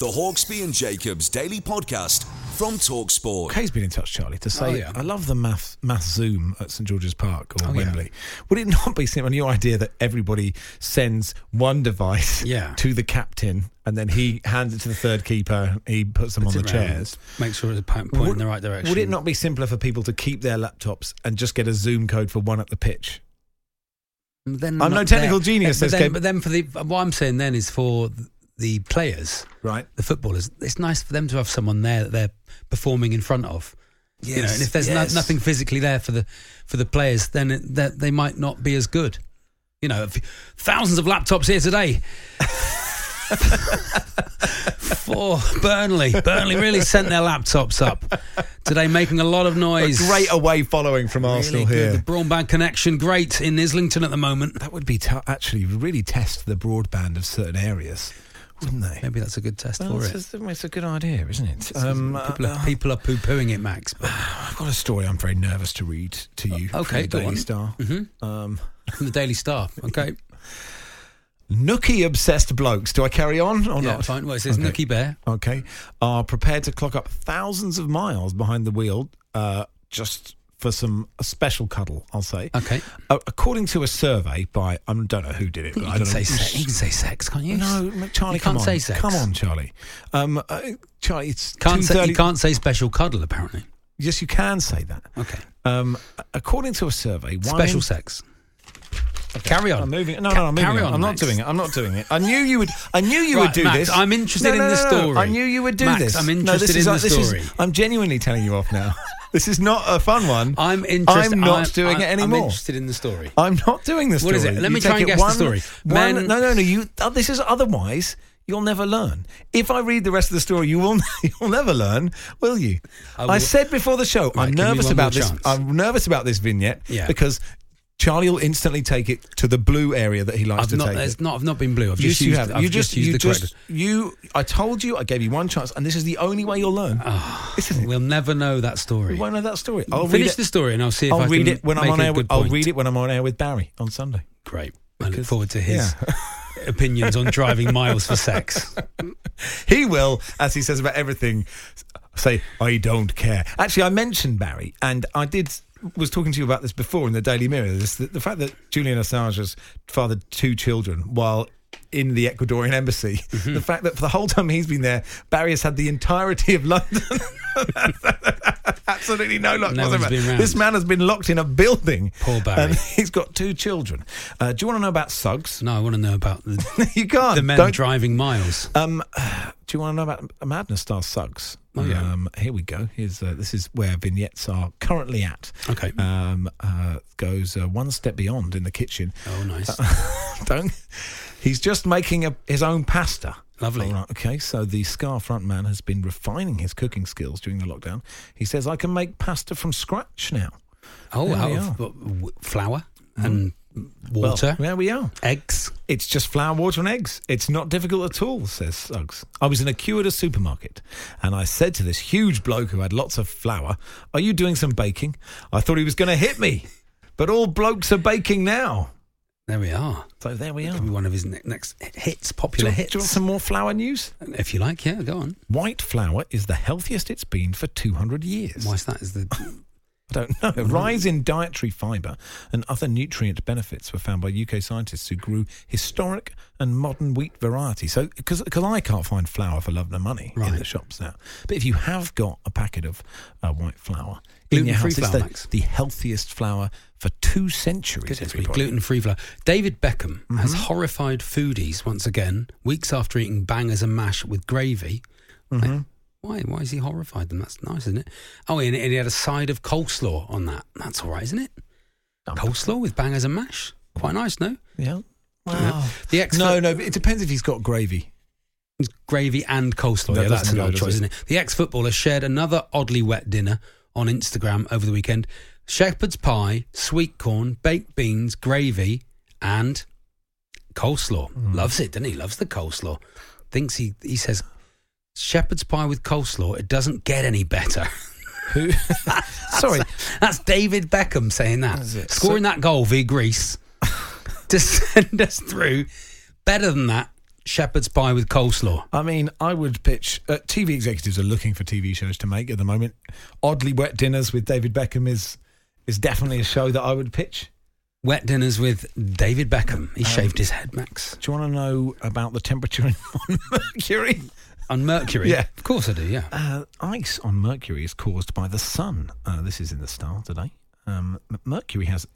S1: The Hawksby and Jacobs Daily Podcast from Talksport.
S4: Kay's been in touch, Charlie, to say,
S5: Oh, yeah.
S4: I love the math, math Zoom at St George's Park or
S5: Oh, yeah.
S4: Wembley. Would it not be similar to your idea that everybody sends one device
S5: Yeah.
S4: to the captain and then he hands it to the third keeper, he puts them on
S5: Puts
S4: the
S5: it round,
S4: chairs?
S5: Make sure it's point in the right direction.
S4: Would it not be simpler for people to keep their laptops and just get a Zoom code for one at the pitch?
S5: Then
S4: I'm no
S5: not
S4: technical genius,
S5: But
S4: says
S5: then,
S4: Gabe.
S5: but then for the what I'm saying then is for the players,
S4: Right.
S5: the footballers. It's nice for them to have someone there that they're performing in front of. you know,
S4: Yes,
S5: and if there's no-
S4: yes.
S5: nothing physically there for the for the players, then it, that they might not be as good. You know, if- thousands of laptops here today. For Burnley, Burnley really sent their laptops up today, making a lot of
S4: A
S5: noise.
S4: great away following from Arsenal
S5: really good.
S4: here.
S5: The broadband connection, great in Islington at the moment.
S4: That would be t- actually really test the broadband of certain areas, wouldn't they?
S5: Maybe that's a good test
S4: Well,
S5: for
S4: it's,
S5: it.
S4: just- it's a good idea, isn't it? Um,
S5: people,
S4: uh,
S5: are, people are poo-pooing it, Max. But
S4: I've got a story I'm very nervous to read to you.
S5: Oh, okay,
S4: from the
S5: go
S4: Daily
S5: on. Mm-hmm.
S4: Star. Um,
S5: from the Daily Star, okay,
S4: nookie obsessed blokes. Do I carry on or
S5: yeah,
S4: not?
S5: fine. Well, it says
S4: Okay.
S5: Nookie Bear.
S4: okay, are prepared to clock up thousands of miles behind the wheel uh, just for some a special cuddle, I'll say.
S5: Okay,
S4: Uh, according to a survey by, I don't know who did it, but
S5: you
S4: I
S5: can
S4: don't
S5: say
S4: know.
S5: sex. You can say sex, can't you?
S4: No, Charlie,
S5: you
S4: come
S5: can't
S4: on.
S5: say sex.
S4: Come on, Charlie. Um, uh, Charlie, it's
S5: Can't say,
S4: 2:30
S5: you can't say special cuddle. Apparently,
S4: Yes, you can say that.
S5: okay.
S4: Um, according to a survey, one
S5: Special
S4: in-
S5: sex.
S4: Okay,
S5: Carry on.
S4: I'm moving. No,
S5: Ca-
S4: no, I'm moving.
S5: carry
S4: on.
S5: on,
S4: I'm
S5: Max.
S4: not doing it. I'm not doing it. I knew you would. I knew you
S5: Right,
S4: would do
S5: Max,
S4: this.
S5: I'm interested
S4: No,
S5: in
S4: no,
S5: the
S4: no, no,
S5: story.
S4: I knew you would do
S5: Max,
S4: this.
S5: I'm
S4: no,
S5: interested
S4: this
S5: in
S4: is,
S5: the
S4: this is-
S5: story.
S4: I'm genuinely telling you off now. this is not a fun one.
S5: I'm interested.
S4: I'm not doing
S5: I'm-
S4: it
S5: I'm
S4: anymore.
S5: interested in the story.
S4: I'm not doing this.
S5: What is it? Let me try and guess the story.
S4: One,
S5: Men-
S4: no, no, no. You. Uh, this is otherwise. You'll never learn. If I read the rest of the story, you will. You'll never learn, will you?
S5: I
S4: I,
S5: will-
S4: said before the show,
S5: Right,
S4: I'm
S5: give me
S4: nervous
S5: one more
S4: about this.
S5: chance.
S4: I'm nervous about this vignette
S5: Yeah.
S4: because Charlie will instantly take it to the blue area that he likes
S5: I've
S4: to
S5: not,
S4: take.
S5: it's
S4: it.
S5: not. I've not been blue. I've
S4: Yes,
S5: just used.
S4: you have.
S5: I've
S4: you
S5: just, used
S4: you
S5: the correct.
S4: you. I told you. I gave you one chance, and this is the only way you'll learn. this is it.
S5: Ah, We'll never know that story.
S4: We won't know that story. I'll read
S5: Finish
S4: it.
S5: the story, and I'll see if
S4: I'll
S5: I
S4: read
S5: can
S4: it when I'm
S5: make
S4: on
S5: a
S4: air. With,
S5: good
S4: I'll
S5: point.
S4: read it when I'm on air with Barry on Sunday.
S5: Great. I look
S4: Because-
S5: forward to his
S4: Yeah.
S5: opinions on driving miles for sex.
S4: He will, as he says about everything, say, I don't care. Actually, I mentioned Barry, and I did was talking to you about this before in the Daily Mirror. This, the, the fact that Julian Assange has fathered two children while in the Ecuadorian embassy.
S5: Mm-hmm.
S4: The fact that for the whole time he's been there, Barry has had the entirety of London. Absolutely no luck.
S5: No one's
S4: whatsoever.
S5: been round.
S4: This man has been locked in a building.
S5: Poor Barry.
S4: And he's got two children. Uh, do you want to know about Suggs?
S5: No, I want to know about the,
S4: you can't.
S5: the men
S4: Don't-
S5: driving miles.
S4: um, do you want to know about a Madness Star Suggs?
S5: Oh, yeah.
S4: Um, here we go. Here's uh, this is where vignettes are currently at.
S5: Okay.
S4: Um, uh, goes uh, one step beyond in the kitchen.
S5: oh, nice.
S4: Don't. He's just making a, his own pasta.
S5: Lovely.
S4: All right. Okay. So the Scar front man has been refining his cooking skills during the lockdown. He says, I can make pasta from scratch now.
S5: Oh,
S4: There we
S5: out
S4: are. Mm-hmm.
S5: of w- w- flour and water.
S4: Well, there we are.
S5: Eggs.
S4: It's just flour, water, and eggs. It's not difficult at all, says Suggs. I was in a queue at a supermarket and I said to this huge bloke who had lots of flour, Are you doing some baking? I thought he was going to hit me, but all blokes are baking now.
S5: There we are.
S4: So there we are.
S5: Could be one of his ne- next hits,
S4: Do you,
S5: popular
S4: want,
S5: hits.
S4: do you want some more flour news?
S5: If you like, yeah, go on.
S4: White flour is the healthiest it's been for 200 years.
S5: Why's that? Is the
S4: I don't know. A rise in dietary fibre and other nutrient benefits were found by UK scientists who grew historic and modern wheat varieties. So, because I can't find flour for love nor money in the
S5: Right.
S4: shops now, but if you have got a packet of uh, white flour in your
S5: Gluten-free
S4: house, it's
S5: flour,
S4: the,
S5: Max.
S4: the healthiest flour for two centuries. everybody.
S5: gluten free flour? David Beckham
S4: Mm-hmm.
S5: has horrified foodies once again, weeks after eating bangers and mash with gravy.
S4: Mhm.
S5: Why? Why is he horrified them? That's nice, isn't it? Oh, and, and he had a side of coleslaw on that. That's all right, isn't it? Coleslaw with bangers and mash. Quite nice, no?
S4: Yeah.
S5: Wow.
S4: The
S5: The
S4: ex-
S5: ex-
S4: no, no. It depends if he's got gravy.
S5: Gravy and coleslaw.
S4: That
S5: yeah, that's
S4: doesn't
S5: an
S4: go,
S5: odd
S4: does
S5: choice,
S4: it?
S5: isn't it? The ex footballer shared another oddly wet dinner on Instagram over the weekend shepherd's pie, sweet corn, baked beans, gravy, and coleslaw. Loves it, doesn't he? Loves the coleslaw. Thinks he, he says, shepherd's pie with coleslaw, it doesn't get any better.
S4: Who? Sorry.
S5: That's David Beckham saying that.
S4: Is it?
S5: Scoring that goal via Greece to send us through better than that shepherd's pie with coleslaw.
S4: I mean, I would pitch. Uh, TV executives are looking for TV shows to make at the moment. Oddly Wet Dinners with David Beckham is is definitely a show that I would pitch.
S5: Wet dinners with David Beckham. He
S4: Um,
S5: shaved his head, Max.
S4: Do you want to know about the temperature in- on Mercury?
S5: On Mercury?
S4: Yeah.
S5: Of course I do, yeah.
S4: Uh, ice on Mercury is caused by the sun. Uh, this is in the Star today. Um, M- Mercury has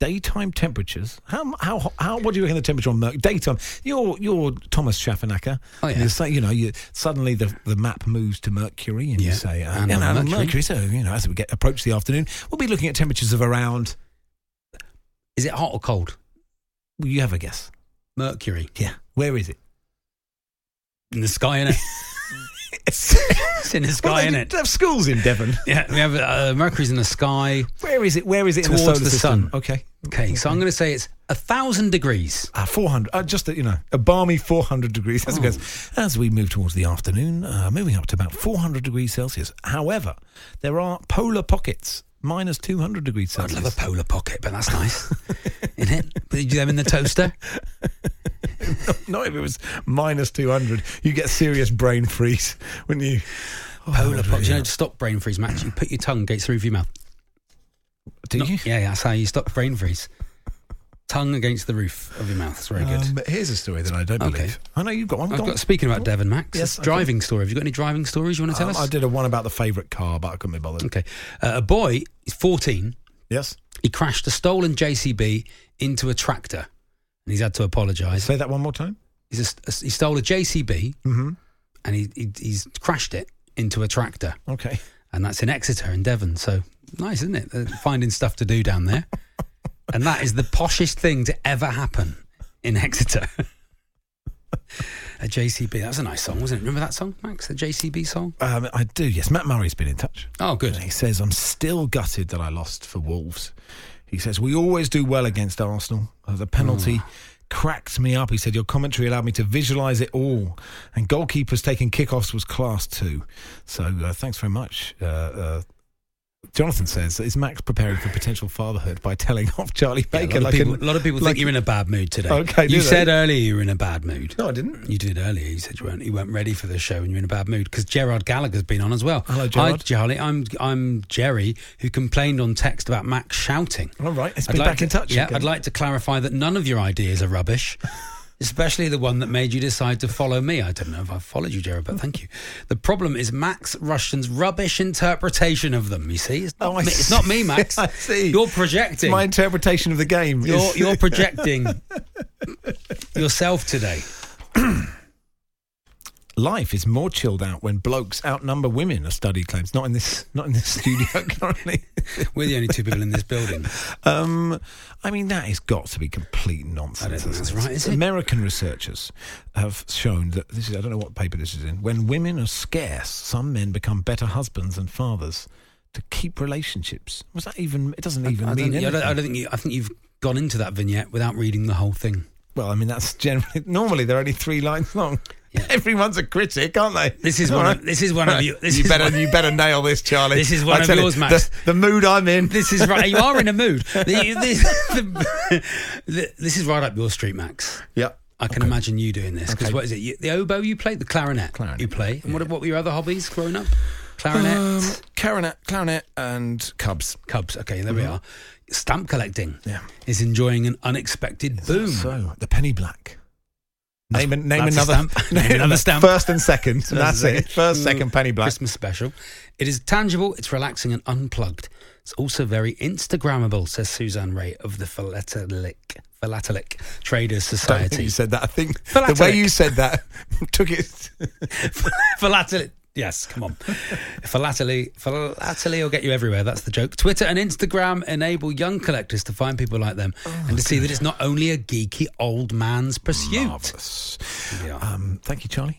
S4: daytime temperatures. How how ho- how? What do you reckon the temperature on Mercury? Daytime. You're you're Thomas Schaffernacker.
S5: Oh, yeah.
S4: You say you know you suddenly the the map moves to Mercury and you
S5: Yeah.
S4: say uh,
S5: And
S4: and
S5: on
S4: on
S5: Mercury.
S4: Mercury. So you know as we get approach the afternoon, we'll be looking at temperatures of around.
S5: Is it hot or cold?
S4: Will you have a guess?
S5: Mercury.
S4: Yeah. Where is it?
S5: In the sky, innit? it's in the
S4: Well,
S5: sky,
S4: they
S5: innit?
S4: do have schools in Devon.
S5: Yeah, we have uh, Mercury's in the sky.
S4: Where is it? Where is it in the
S5: Towards
S4: solar
S5: the
S4: system?
S5: sun.
S4: Okay.
S5: Okay, Ah, so I'm going to say it's a thousand degrees.
S4: Uh, 400, uh, just, uh, you know, a balmy 400 degrees centigrade. Oh. As we move towards the afternoon, uh, moving up to about 400 degrees Celsius. However, there are polar pockets, minus 200 degrees
S5: I'd
S4: Celsius.
S5: love a polar pocket, but that's nice, isn't it? But you do them in the toaster.
S4: Not if it was minus 200. You get serious brain freeze, wouldn't you? Oh,
S5: Polar
S4: bloody
S5: pocket. You
S4: hell.
S5: know, to stop brain freeze, Max, you put your tongue against the roof of your mouth.
S4: Do
S5: Not-
S4: you?
S5: Yeah, that's how you stop brain freeze. tongue against the roof of your mouth. It's very good.
S4: Um, but here's a story that I don't
S5: Okay.
S4: believe. I know you've got one.
S5: I've
S4: Go on.
S5: got, speaking about
S4: Go on.
S5: Devon, Max,
S4: Yes,
S5: yes,
S4: okay.
S5: driving story. Have you got any driving stories you want to tell
S4: Um,
S5: us?
S4: I did a one about the favourite car, but I couldn't be bothered.
S5: Okay. Uh, a boy, he's 14,
S4: Yes?
S5: he crashed a stolen JCB into a tractor and he's had to apologise.
S4: Say that one more time.
S5: He's a st- he stole a JCB
S4: Mm-hmm.
S5: and he, he, he's crashed it into a tractor.
S4: Okay.
S5: And that's in Exeter in Devon. So nice, isn't it? They're finding stuff to do down there. and that is the poshest thing to ever happen in Exeter. a JCB. That was a nice song, wasn't it? Remember that song, Max? The JCB song?
S4: Um, I do, yes. Matt Murray's been in touch.
S5: Oh, good.
S4: And He says, I'm still gutted that I lost for Wolves. He says, We always do well against Arsenal. Uh, The
S5: Mm.
S4: penalty cracked me up. He said, Your commentary allowed me to visualise it all. And goalkeepers taking kickoffs was class too. So uh, thanks very much. Uh, uh, Jonathan says, Is Max preparing for potential fatherhood by telling off Charlie Baker?
S5: Yeah, a, lot of
S4: like
S5: people,
S4: in-
S5: a lot of people
S4: like-
S5: think you're in a bad mood today.
S4: Okay, do
S5: you
S4: they?
S5: said uh, earlier you were in a bad mood.
S4: No, I didn't.
S5: You did earlier. You said you weren't, you weren't ready for the show and you're in a bad mood because Gerard Gallagher's been on as well.
S4: Hello,
S5: Hi,
S4: Gerard.
S5: Charlie. I'm I'm Jerry, who complained on text about Max shouting.
S4: All right, it's
S5: I'd
S4: been
S5: like
S4: back
S5: to-
S4: in touch.
S5: Yeah,
S4: again.
S5: I'd like to clarify that none of your ideas are rubbish. Especially the one that made you decide to follow me. I don't know if I followed you, Gerard, but thank you. The problem is Max Rushton's rubbish interpretation of them. You see, it's not,
S4: Oh, I
S5: me, it's
S4: see.
S5: not me, Max.
S4: I see.
S5: You're projecting.
S4: My interpretation of the game. is-
S5: You're, you're projecting yourself today.
S4: Life is more chilled out when blokes outnumber women. A study claims. Not in this. Not in this studio currently.
S5: We're the only two people in this building.
S4: Um, I mean, that has got to be complete nonsense.
S5: that's
S4: hasn't
S5: right, is it?
S4: American researchers have shown that this is, I don't know what paper this is in, when women are scarce, some men become better husbands and fathers to keep relationships. Was that even, it doesn't even
S5: I don't,
S4: mean
S5: I
S4: anything.
S5: don't, I don't think you, I think you've gone into that vignette without reading the whole thing.
S4: Well, I mean, that's generally, normally they're only three lines long. Everyone's a critic, aren't they?
S5: This is one of- this is one of you- this
S4: you
S5: is
S4: better,
S5: one-
S4: you better nail this, Charlie.
S5: This is
S4: I
S5: one of
S4: tell you,
S5: yours, Max.
S4: The, the mood I'm in.
S5: This is right. You are in a mood. The- the- the- this is right up your street, Max.
S4: Yep.
S5: I can imagine you doing this because
S4: Okay.
S5: what is it? You, the oboe you play, the clarinet, you play. And what, what were your other hobbies growing up? Clarinet,
S4: Um, clarinet, clarinet, and cubs.
S5: Cubs. Okay, there we
S4: Mhm.
S5: are. Stamp collecting
S4: Yeah.
S5: is enjoying an unexpected boom.
S4: So the penny black. Name, an- name
S5: That's a
S4: another
S5: stamp. Name another stamp.
S4: First and second. and that's it. First,
S5: Mm.
S4: second, penny black.
S5: Christmas special. It is tangible, it's relaxing and unplugged. It's also very Instagrammable, says Suzanne Ray of the Philatelic, philatelic Traders
S4: Don't think
S5: Society.
S4: you said that. I think the way
S5: Philatelic.
S4: you said that took it.
S5: philatelic. Yes, come on. philately, philately will get you everywhere. That's the joke. Twitter and Instagram enable young collectors to find people like them
S4: Oh,
S5: and to see that it's not only a geeky old man's pursuit.
S4: Marvellous.
S5: Yeah.
S4: Um, thank you, Charlie.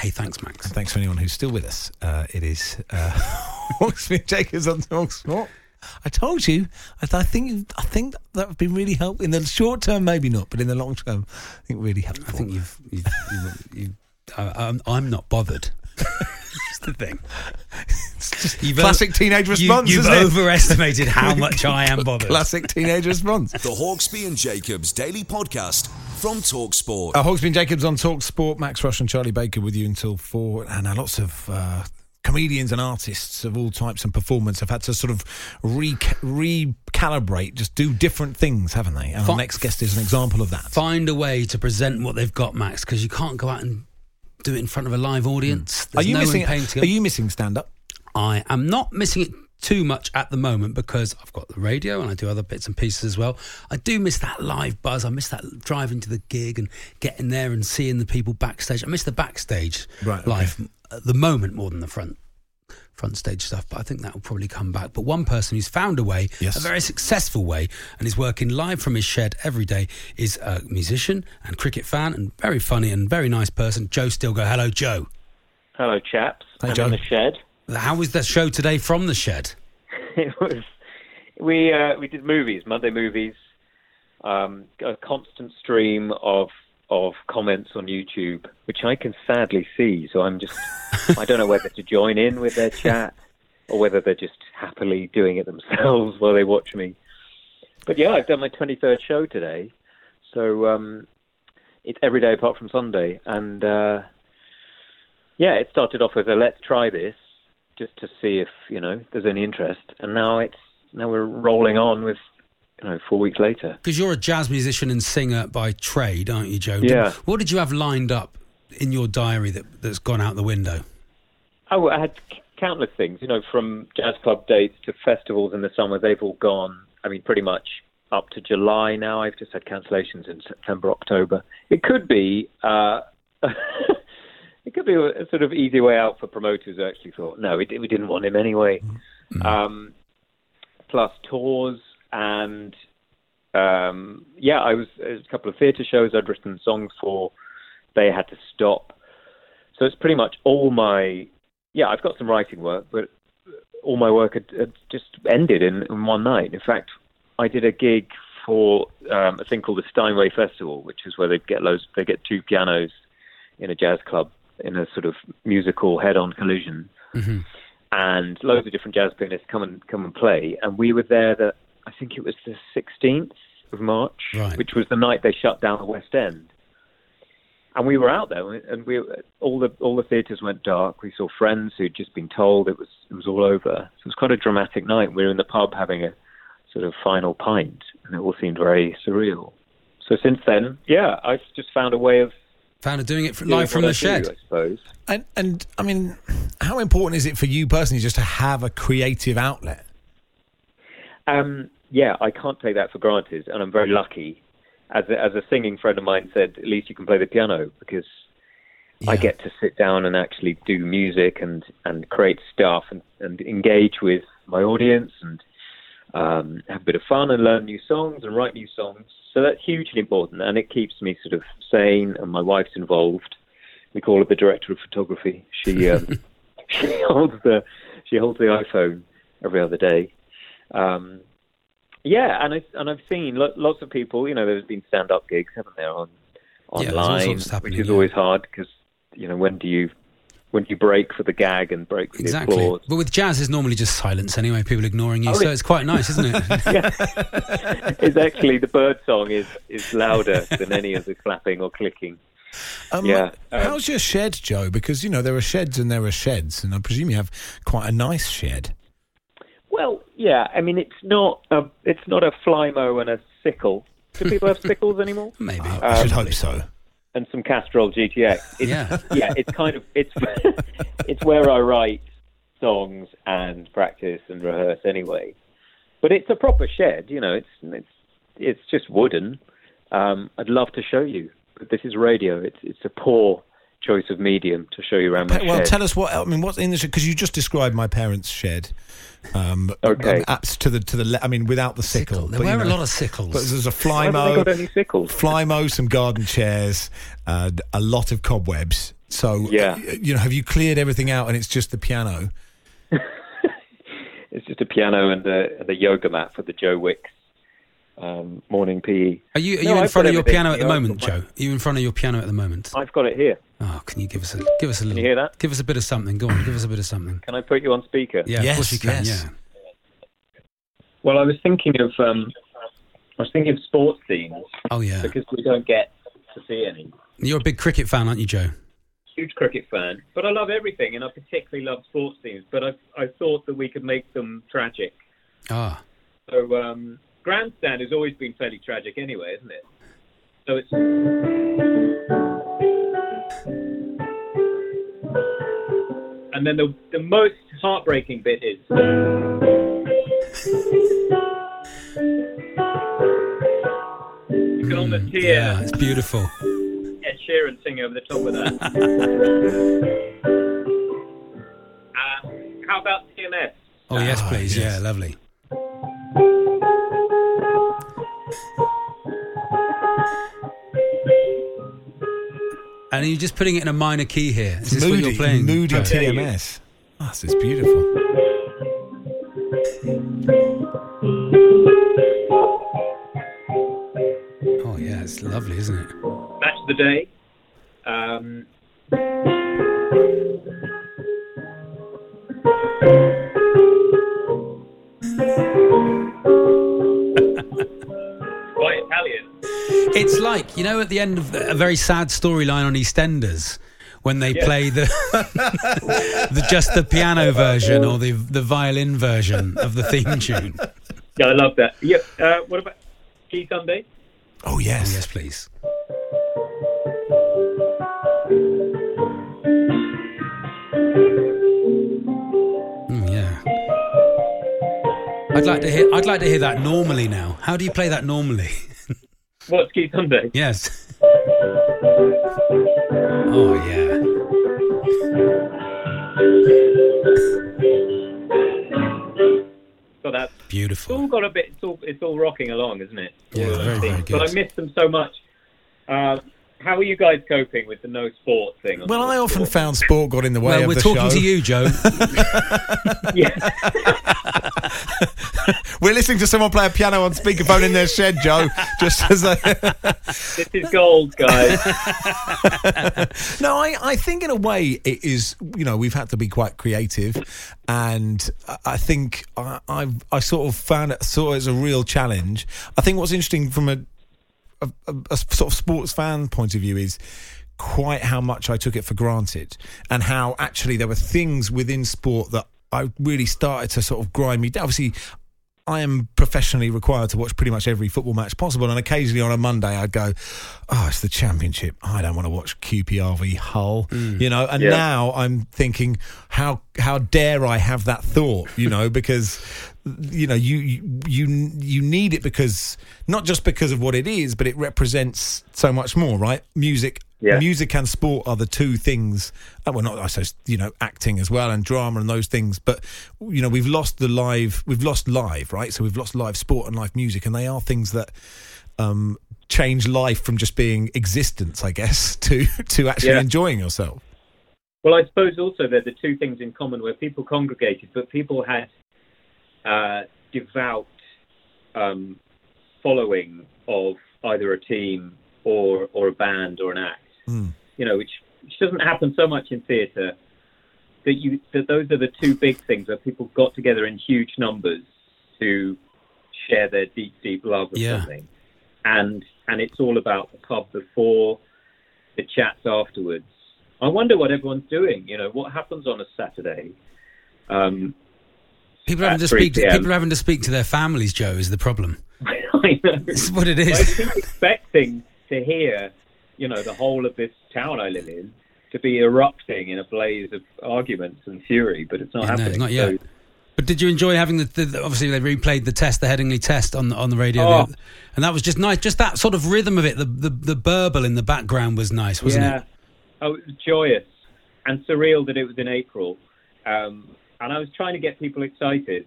S5: Hey, thanks, Max.
S4: And thanks for anyone who's still with us. Uh, it is uh, Hawksmith Jacobs on Talksport. I told you. I, th- I think. you- I think that would be really helpful in the short term, maybe not, but in the long term, I think really helpful.
S5: I think you've. you've, you've, you I, I'm, I'm not bothered. That's the thing. You've
S4: Classic teenage response,
S5: You, have
S4: isn't it?
S5: overestimated how much I am bothered.
S4: Classic teenage response.
S1: The Hawksby and Jacobs Daily Podcast from Talksport.
S4: Uh, Hawksby and Jacobs on Talk Sport. Max Rush and Charlie Baker with you until four. And uh, lots of uh, comedians and artists of all types and performance have had to sort of re- recalibrate, just do different things, haven't they? And
S5: Fi-
S4: our next guest is an example of that.
S5: Find a way to present what they've got, Max, because you can't go out and do it in front of a live audience.
S4: Hmm. Are
S5: There's
S4: you,
S5: no
S4: missing,
S5: one paying to
S4: are you missing stand up?
S5: I am not missing it too much at the moment because I've got the radio and I do other bits and pieces as well. I do miss that live buzz. I miss that driving to the gig and getting there and seeing the people backstage. I miss the backstage
S4: Right, okay.
S5: life at the moment more than the front front stage stuff, but I think that will probably come back. But one person who's found a way,
S4: Yes.
S5: a very successful way, and is working live from his shed every day is a musician and cricket fan and very funny and very nice person, Joe Stilgo. Hello, Joe.
S6: Hello, chaps.
S4: Hi,
S6: I'm
S4: Joe.
S6: in the shed.
S5: How was the show today from the shed?
S6: it was we uh, we did movies, Monday movies, um, a constant stream of of comments on YouTube, which I can sadly see. So I'm just I don't know whether to join in with their chat or whether they're just happily doing it themselves while they watch me. But yeah, I've done my 23rd show today, so um, it's every day apart from Sunday, and uh, yeah, it started off with a let's try this just to see if you know there's any interest, and now it's now we're rolling on with you know four weeks later.
S5: Because you're a jazz musician and singer by trade, aren't you, Joe? Did-
S6: Yeah.
S5: What did you have lined up in your diary that, that's gone out the window?
S6: Oh, I had c- countless things, you know, from jazz club dates to festivals in the summer. They've all gone. I mean, pretty much up to July now. I've just had cancellations in September, October. It could be. Uh, It could be a a sort of easy way out for promoters who actually thought, no, we, di- we didn't want him anyway. Um, plus tours and um, yeah, I was there's a couple of theatre shows I'd written songs for. They had to stop, so it's pretty much all my yeah. I've got some writing work, but all my work had, had just ended in, in one night. In fact, I did a gig for um, a thing called the Steinway Festival, which is where they get loads they get two pianos in a jazz club in a sort of musical head-on collision
S5: Mhm.
S6: and loads of different jazz pianists come and come and play. And we were there the I think it was the 16th of March,
S5: Right.
S6: which was the night they shut down the West End. And we were out there, and we all the all the theatres went dark. We saw friends who'd just been told it was it was all over. So it was quite a dramatic night. We were in the pub having a sort of final pint, and it all seemed very surreal. So since then, yeah, I've just found a way of
S5: Found it doing it fr-
S6: doing
S5: live from
S6: what I
S5: the shed.
S6: do, I suppose.
S4: And, and I mean, how important is it for you personally just to have a creative outlet?
S6: Um, yeah, I can't take that for granted, and I'm very lucky. As a, as a singing friend of mine said, at least you can play the piano because I
S5: Yeah.
S6: get to sit down and actually do music and, and create stuff and, and engage with my audience and um, have a bit of fun and learn new songs and write new songs. So that's hugely important, and it keeps me sort of sane. And my wife's involved. We call her the director of photography. She um, she holds the she holds the iPhone every other day. Um, yeah, and I and I've seen lo- lots of people. You know, there's been stand up gigs, haven't there, on
S5: Yeah, there's all
S6: online,
S5: sorts happening,
S6: which is
S5: yeah.
S6: always hard because you know when do you when do you break for the gag and break for
S5: Exactly.
S6: the applause?
S5: But with jazz, it's normally just silence anyway, people ignoring you.
S6: Oh,
S5: so
S6: yeah.
S5: it's quite nice, isn't it?
S6: It's actually the bird song is is louder than any of the clapping or clicking.
S4: Um,
S6: yeah. Um,
S4: How's your shed, Joe? Because, you know, there are sheds and there are sheds, and I presume you have quite a nice shed.
S6: well, yeah. I mean, it's not a it's not a flymo and a sickle. Do people have sickles anymore?
S5: Maybe.
S4: I should hope so.
S6: Um, and some Castrol GTX. It's,
S5: Yeah.
S6: yeah, it's kind of it's it's where I write songs and practice and rehearse anyway. But it's a proper shed, you know. It's it's it's just wooden. Um, I'd love to show you, but this is radio. It's it's a poor choice of medium to show you around my
S4: Pa- well,
S6: shed.
S4: tell us what I mean. What's in the shed? Because you just described my parents' shed. Um,
S6: Okay.
S4: um, Apps to the to the. le- I mean, without the sickle.
S5: There
S4: but, you
S5: were a
S4: know,
S5: lot of sickles.
S4: But there's a
S6: Why
S4: fly
S6: haven't they
S4: mo,
S6: got any sickles?
S4: fly mo, some garden chairs, uh, a lot of cobwebs. So
S6: Yeah.
S4: y- you know, have you cleared everything out and it's just the piano?
S6: It's just a piano and a, and a yoga mat for the Joe Wicks um, morning PE.
S5: Are you, are you
S6: No,
S5: in
S6: I've
S5: front
S6: got
S5: of your
S6: everything.
S5: piano at the
S6: Yeah, I've
S5: moment,
S6: got my-
S5: Joe? Are you in front of your piano at the moment?
S6: I've got it here.
S5: Oh, can you give us a give us a little?
S6: you hear that?
S5: Give us a bit of something. Go on, give us a bit of something.
S6: Can I put you on speaker?
S5: Yeah, of course
S4: Yes,
S5: you can.
S4: yes.
S5: Yeah.
S6: Well, I was thinking of um, I was thinking of sports scenes
S5: Oh yeah.
S6: because we don't get to see any.
S5: You're a big cricket fan, aren't you, Joe?
S6: Huge cricket fan, but I love everything, and I particularly love sports scenes. But I I thought that we could make them tragic.
S5: Ah,
S6: So um, grandstand has always been fairly tragic, anyway, isn't it? So it's and then the the most heartbreaking bit is. You can almost hear
S5: Mm, yeah, it's beautiful.
S6: Ed Sheeran singing over the top of that. uh, how about TMS?
S5: Oh yes,
S4: Ah,
S5: please.
S4: yes.
S5: Yeah, lovely. And you're just putting it in a minor key here. Is this
S4: moody,
S5: what you're playing?
S4: moody
S5: Joe?
S4: TMS. Oh, this is beautiful.
S5: Oh yeah, it's lovely, isn't it?
S6: Match of the day. Um, quite Italian.
S5: It's like you know at the end of a very sad storyline on EastEnders when they play the, the just the piano version or the the violin version of the theme tune. Oh,
S6: Yeah, I love that. Yeah. Uh, what about G Sunday?
S4: Oh yes.
S5: yes, please. Mm, yeah. I'd like to hear. I'd like to hear that normally now. How do you play that normally?
S6: What's Ski Sunday?
S5: Yes. Oh yeah.
S6: So that's it's all
S5: Beautiful.
S6: got a bit. It's all it's all rocking along, isn't it?
S5: Yeah,
S6: All of those
S5: very, very
S6: things.
S5: good.
S6: But I miss them so much. Uh, how are you guys coping with the no sport thing?
S4: Well, I often found sport got in the way
S5: Well,
S4: of
S5: we're
S4: the
S5: talking
S4: show.
S5: to you, Joe.
S6: yeah.
S4: We're listening to someone play a piano on speakerphone in their shed, Joe. Just as a
S6: this is gold, guys.
S4: No, I, I think in a way it is. You know, we've had to be quite creative, and I- I think I I've, I sort of found it saw it as a real challenge. I think what's interesting from a, a, a, a sort of sports fan point of view is quite how much I took it for granted, and how actually there were things within sport that I really started to sort of grind me down. Obviously, I am professionally required to watch pretty much every football match possible, and occasionally on a Monday I'd go, "Oh, it's the Championship. I don't want to watch QPR v Hull," you know. And
S6: Yeah.
S4: now I'm thinking, how how dare I have that thought, you know? because you know you you you you need it because not just because of what it is, but it represents so much more, right? Music
S6: Yeah.
S4: Music and sport are the two things. uh, Well, not I suppose you know acting as well and drama and those things. But you know we've lost the live. We've lost live, right? So we've lost live sport and live music, and they are things that um, change life from just being existence, I guess, to to actually
S6: Yeah.
S4: enjoying yourself.
S6: Well, I suppose also they're the two things in common where people congregated, but people had uh, devout um, following of either a team or or a band or an act. You know, which which doesn't happen so much in theatre. That you that those are the two big things where people got together in huge numbers to share their deep deep love of
S5: Yeah.
S6: something, and and it's all about the pub before, the chats afterwards. I wonder what everyone's doing. You know, what happens on a Saturday? Um,
S5: People are having
S6: at
S5: to speak.
S6: 3
S5: To,
S6: p.m.
S5: people are having to speak to their families. Joe is the problem.
S6: I know.
S5: It's what it is.
S6: I keep expecting to hear, you know, the whole of this town I live in to be erupting in a blaze of arguments and fury, but it's not
S5: Yeah, no,
S6: happening.
S5: not yet.
S6: So-
S5: But did you enjoy having the, the- the obviously they replayed the test, the Headingley test on the, on the radio,
S6: Oh.
S5: the- and that was just nice. Just that sort of rhythm of it, the the, the burble in the background was nice, wasn't
S6: yeah.
S5: it?
S6: Oh, it was joyous and surreal that it was in April. Um, and I was trying to get people excited,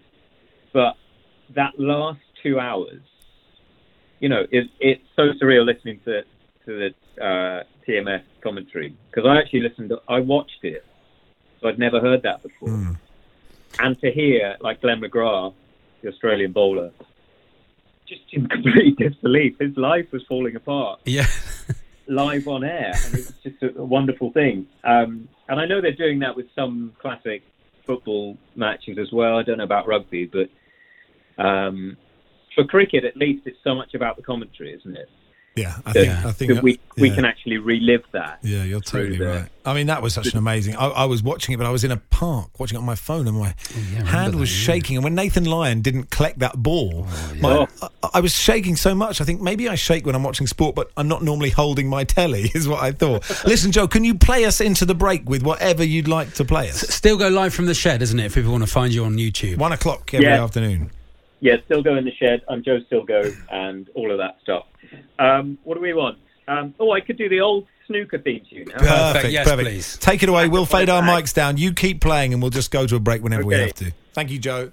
S6: but that last two hours, you know, it, it's so surreal listening to to the uh, TMS commentary because I actually listened. I watched it, so I'd never heard that before.
S5: Hmm.
S6: And to hear like Glenn McGrath, the Australian bowler, just in complete disbelief, his life was falling apart
S5: Yeah,
S6: live on air. And it's just a, a wonderful thing. Um, and I know they're doing that with some classic football matches as well. I don't know about rugby, but um, for cricket, at least, it's so much about the commentary, isn't it?
S4: Yeah, I
S6: That-
S4: think I think
S6: that we we
S4: yeah.
S6: can actually relive that.
S4: Yeah, you're
S6: through
S4: totally
S6: the-
S4: right. I mean, that was such an amazing. I, I was watching it, but I was in a park watching it on my phone, and my hand was shaking. And when Nathan Lyon didn't collect that ball, my, I, I was shaking so much. I think maybe I shake when I'm watching sport, but I'm not normally holding my telly. Is what I thought. Listen, Joe, can you play us into the break with whatever you'd like to play us?
S5: still go live from the shed, isn't it? If people want to find you on YouTube,
S4: one o'clock every
S6: Yeah.
S4: afternoon.
S6: Yeah, still go in the shed. I'm Joe Stilgo and all of that stuff. Um, what do we want? Um, oh, I could do the old snooker theme tune. How about-
S4: Perfect. perfect. Take it away. We'll fade our mics down. You keep playing, and we'll just go to a break whenever we
S6: Okay.
S4: have to. Thank you, Joe.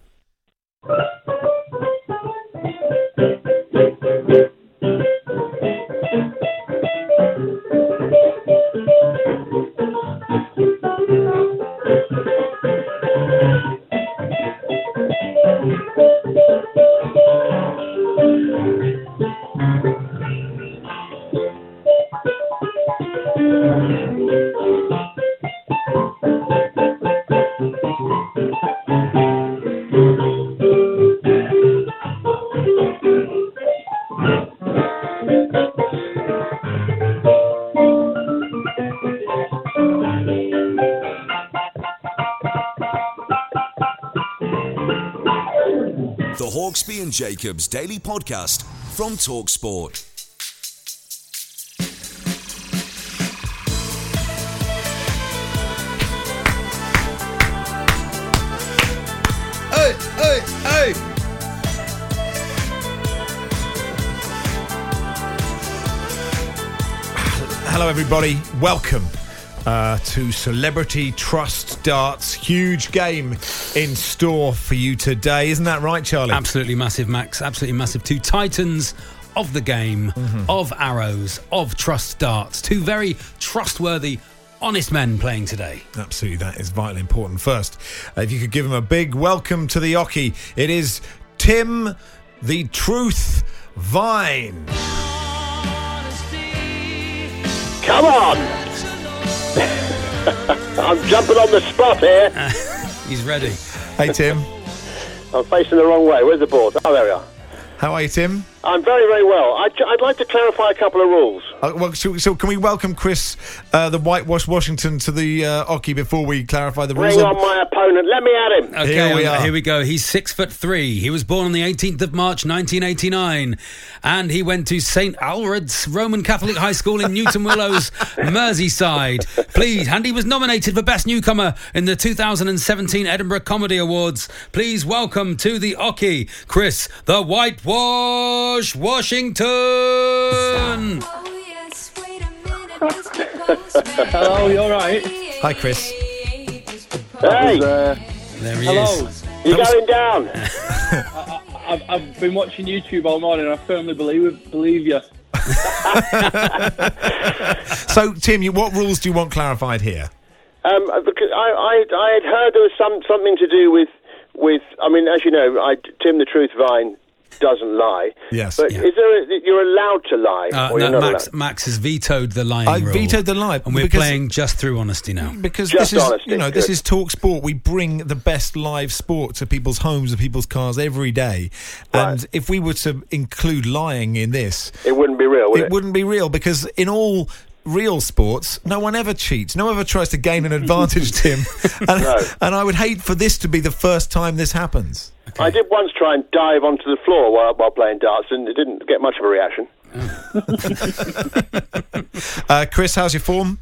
S1: The Hawksby and Jacobs Daily Podcast from Talksport.
S9: Hey, hey, hey!
S4: Hello, everybody. Welcome uh, to Celebrity Trust Darts. Huge game in store for you today. Isn't that right, Charlie?
S5: absolutely massive, Max. Absolutely massive. Two titans of the game,
S4: Mm-hmm.
S5: of arrows, of trust darts. Two very trustworthy, honest men playing today.
S4: Absolutely, that is vitally important. First, uh, if you could give him a big welcome to the Oki, it is Tim the Truth Vine.
S10: Come on! I'm jumping on the spot here.
S5: He's ready.
S4: Hey, Tim.
S10: I'm facing the wrong way. Where's the board? Oh, there we are.
S4: How are you, Tim?
S10: I'm very, very well. I'd, I'd like to clarify a couple of rules.
S4: Uh, well, so, so can we welcome Chris, uh, the whitewash Washington, to the uh, Oki before we clarify the rules?
S10: Bring on my opponent. Let me at him.
S5: Okay,
S4: Here we
S5: um,
S4: are.
S5: here we go. He's six foot three. He was born on the 18th of March, 1989, and he went to St. Alred's Roman Catholic High School in Newton Willows, Merseyside. Please, and he was nominated for Best Newcomer in the 2017 Edinburgh Comedy Awards. Please welcome to the Oki, Chris the Whitewash Washington.
S11: Oh yes, wait a minute.
S10: Hello, you all right?
S4: Hi, Chris.
S10: Hey.
S4: There he
S10: Hello.
S4: is.
S10: You're
S4: uh, That was-
S10: going down. I, I, I've, I've been watching YouTube all morning, and I firmly believe believe you.
S4: So, Tim, you, what rules do you want clarified here?
S10: Um, because I, I, I had heard there was some something to do with with. I mean, as you know, I, Tim the Truth Vine doesn't lie.
S5: Yes,
S10: But
S5: yeah.
S10: is there? A, you're allowed to lie,
S5: Uh,
S10: or you're
S5: no,
S10: not
S5: Max,
S10: allowed.
S5: Max has vetoed the lying
S4: I
S5: rule.
S4: vetoed the lie,
S5: And we're
S4: because-
S5: playing just through honesty now.
S4: Because
S5: Just
S4: this is,
S5: honesty,
S4: you know, this
S5: good.
S4: is talk sport. We bring the best live sport to people's homes and people's cars every day. And if we were to include lying in this,
S10: It wouldn't be real, would it?
S4: wouldn't be real because in all real sports, no one ever cheats. No one ever tries to gain an advantage, Tim. And, and I would hate for this to be the first time this happens.
S10: I did once try and dive onto the floor while, while playing darts, and it didn't get much of a reaction.
S4: Uh, Chris, how's your form?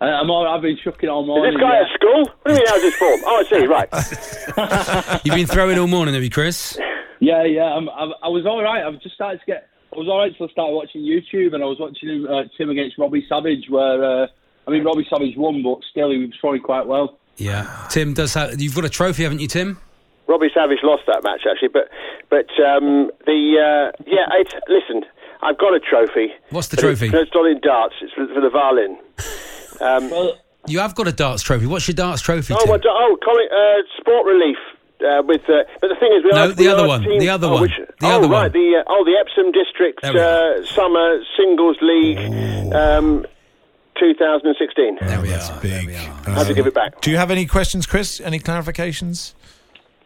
S11: I, Uh, I'm all, I've been chucking all
S10: Is
S11: morning.
S10: this guy
S11: yeah.
S10: at school? What do you mean, how's his form? Oh, I see, right.
S5: You've been throwing all morning, have you, Chris?
S11: Yeah, yeah. I'm, I've, I was all right. I've just started to get. I was all right till I started watching YouTube, and I was watching uh, Tim against Robbie Savage, where uh, I mean Robbie Savage won, but still he was throwing quite well.
S5: Yeah. Tim does have. You've got a trophy, haven't you, Tim?
S10: Robbie Savage lost that match actually, but but um, the uh, yeah, it's, listen, I've got a trophy.
S5: What's the
S10: But it's-
S5: trophy?
S10: no, it's not in darts. It's for, for the violin. Um,
S5: You have got a darts trophy. What's your darts trophy,
S10: oh,
S5: Tim?
S10: well, do- oh, Colin, uh, sport relief. Uh, with uh, but the thing is, we
S5: No,
S10: are
S5: the
S10: we
S5: other
S10: are
S5: one,
S10: team-
S5: the other
S10: oh,
S5: one,
S10: Which,
S5: the
S10: oh,
S5: other one.
S10: right, the uh, oh the Epsom District
S5: There we
S10: uh, Summer Singles League, um, 2016.
S4: There we are. Big.
S10: I had to give it back.
S4: Do you have any questions, Chris? Any clarifications?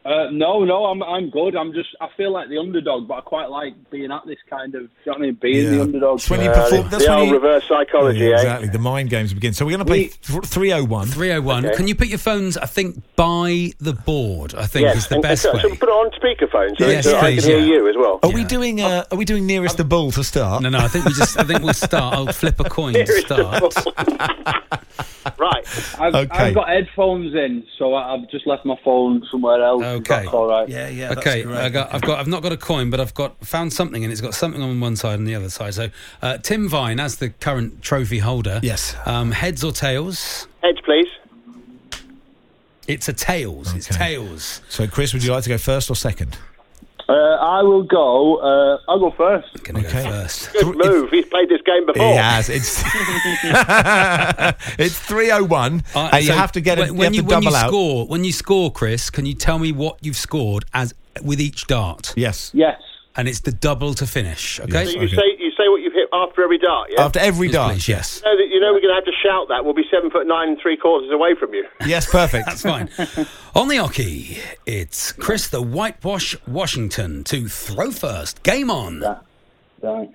S11: Uh, no, no, I'm I'm good. I'm just I feel like the underdog, but I quite like being at this kind of. Do you know what I mean? Being the
S4: Yeah.
S11: underdog.
S4: It's when you perform- that's when you-
S10: psychology,
S4: Yeah,
S10: eh?
S4: Exactly. The mind games begin. So we're going to play th- 301.
S5: 301. Can you put your phones, I think, by the board? I think
S10: yes,
S5: is the
S10: and-
S5: best
S10: and
S5: way.
S10: so, so put it on speakerphone so, uh,
S5: Yes,
S10: so I can
S5: please,
S10: hear
S5: yeah.
S10: you as well.
S4: Are we doing? Uh, are we doing nearest the bull to start?
S5: No, no. I think we just. I think we'll start. I'll flip a coin to start.
S10: Right.
S11: I've,
S5: Okay.
S11: I've got headphones in, so I, I've just left my phone somewhere else. Okay. That's all right. Yeah, yeah.
S5: okay, I got, I've got. I've not got a coin, but I've got found something, and it's got something on one side and the other side. So, uh, Tim Vine, as the current trophy holder, yes. Um, heads or tails?
S10: Heads, please.
S5: It's a tails. It's tails.
S4: So, Chris, would you like to go first or second?
S11: Uh, I will go. Uh, I'll go first.
S4: okay.
S10: Good move. He's played this game before.
S4: He has. It's oh it's 301,
S5: Uh,
S4: and you
S5: so
S4: have to get it.
S5: When, when
S4: you have to
S5: when
S4: double
S5: you
S4: out.
S5: score, when you score, Chris, can you tell me what you've scored as with each dart?
S4: Yes.
S11: Yes.
S5: And it's the double to finish. Okay.
S10: So you say you say what you've hit after every dart, yeah?
S4: After every
S5: Yes,
S4: dart.
S5: please, yes.
S10: You know, that- you know we're going to have to shout that. We'll be seven foot nine and three quarters away from you.
S4: Yes, perfect.
S5: That's fine. On the hockey, it's Chris the Whitewash Washington to throw first. Game on.
S11: Right.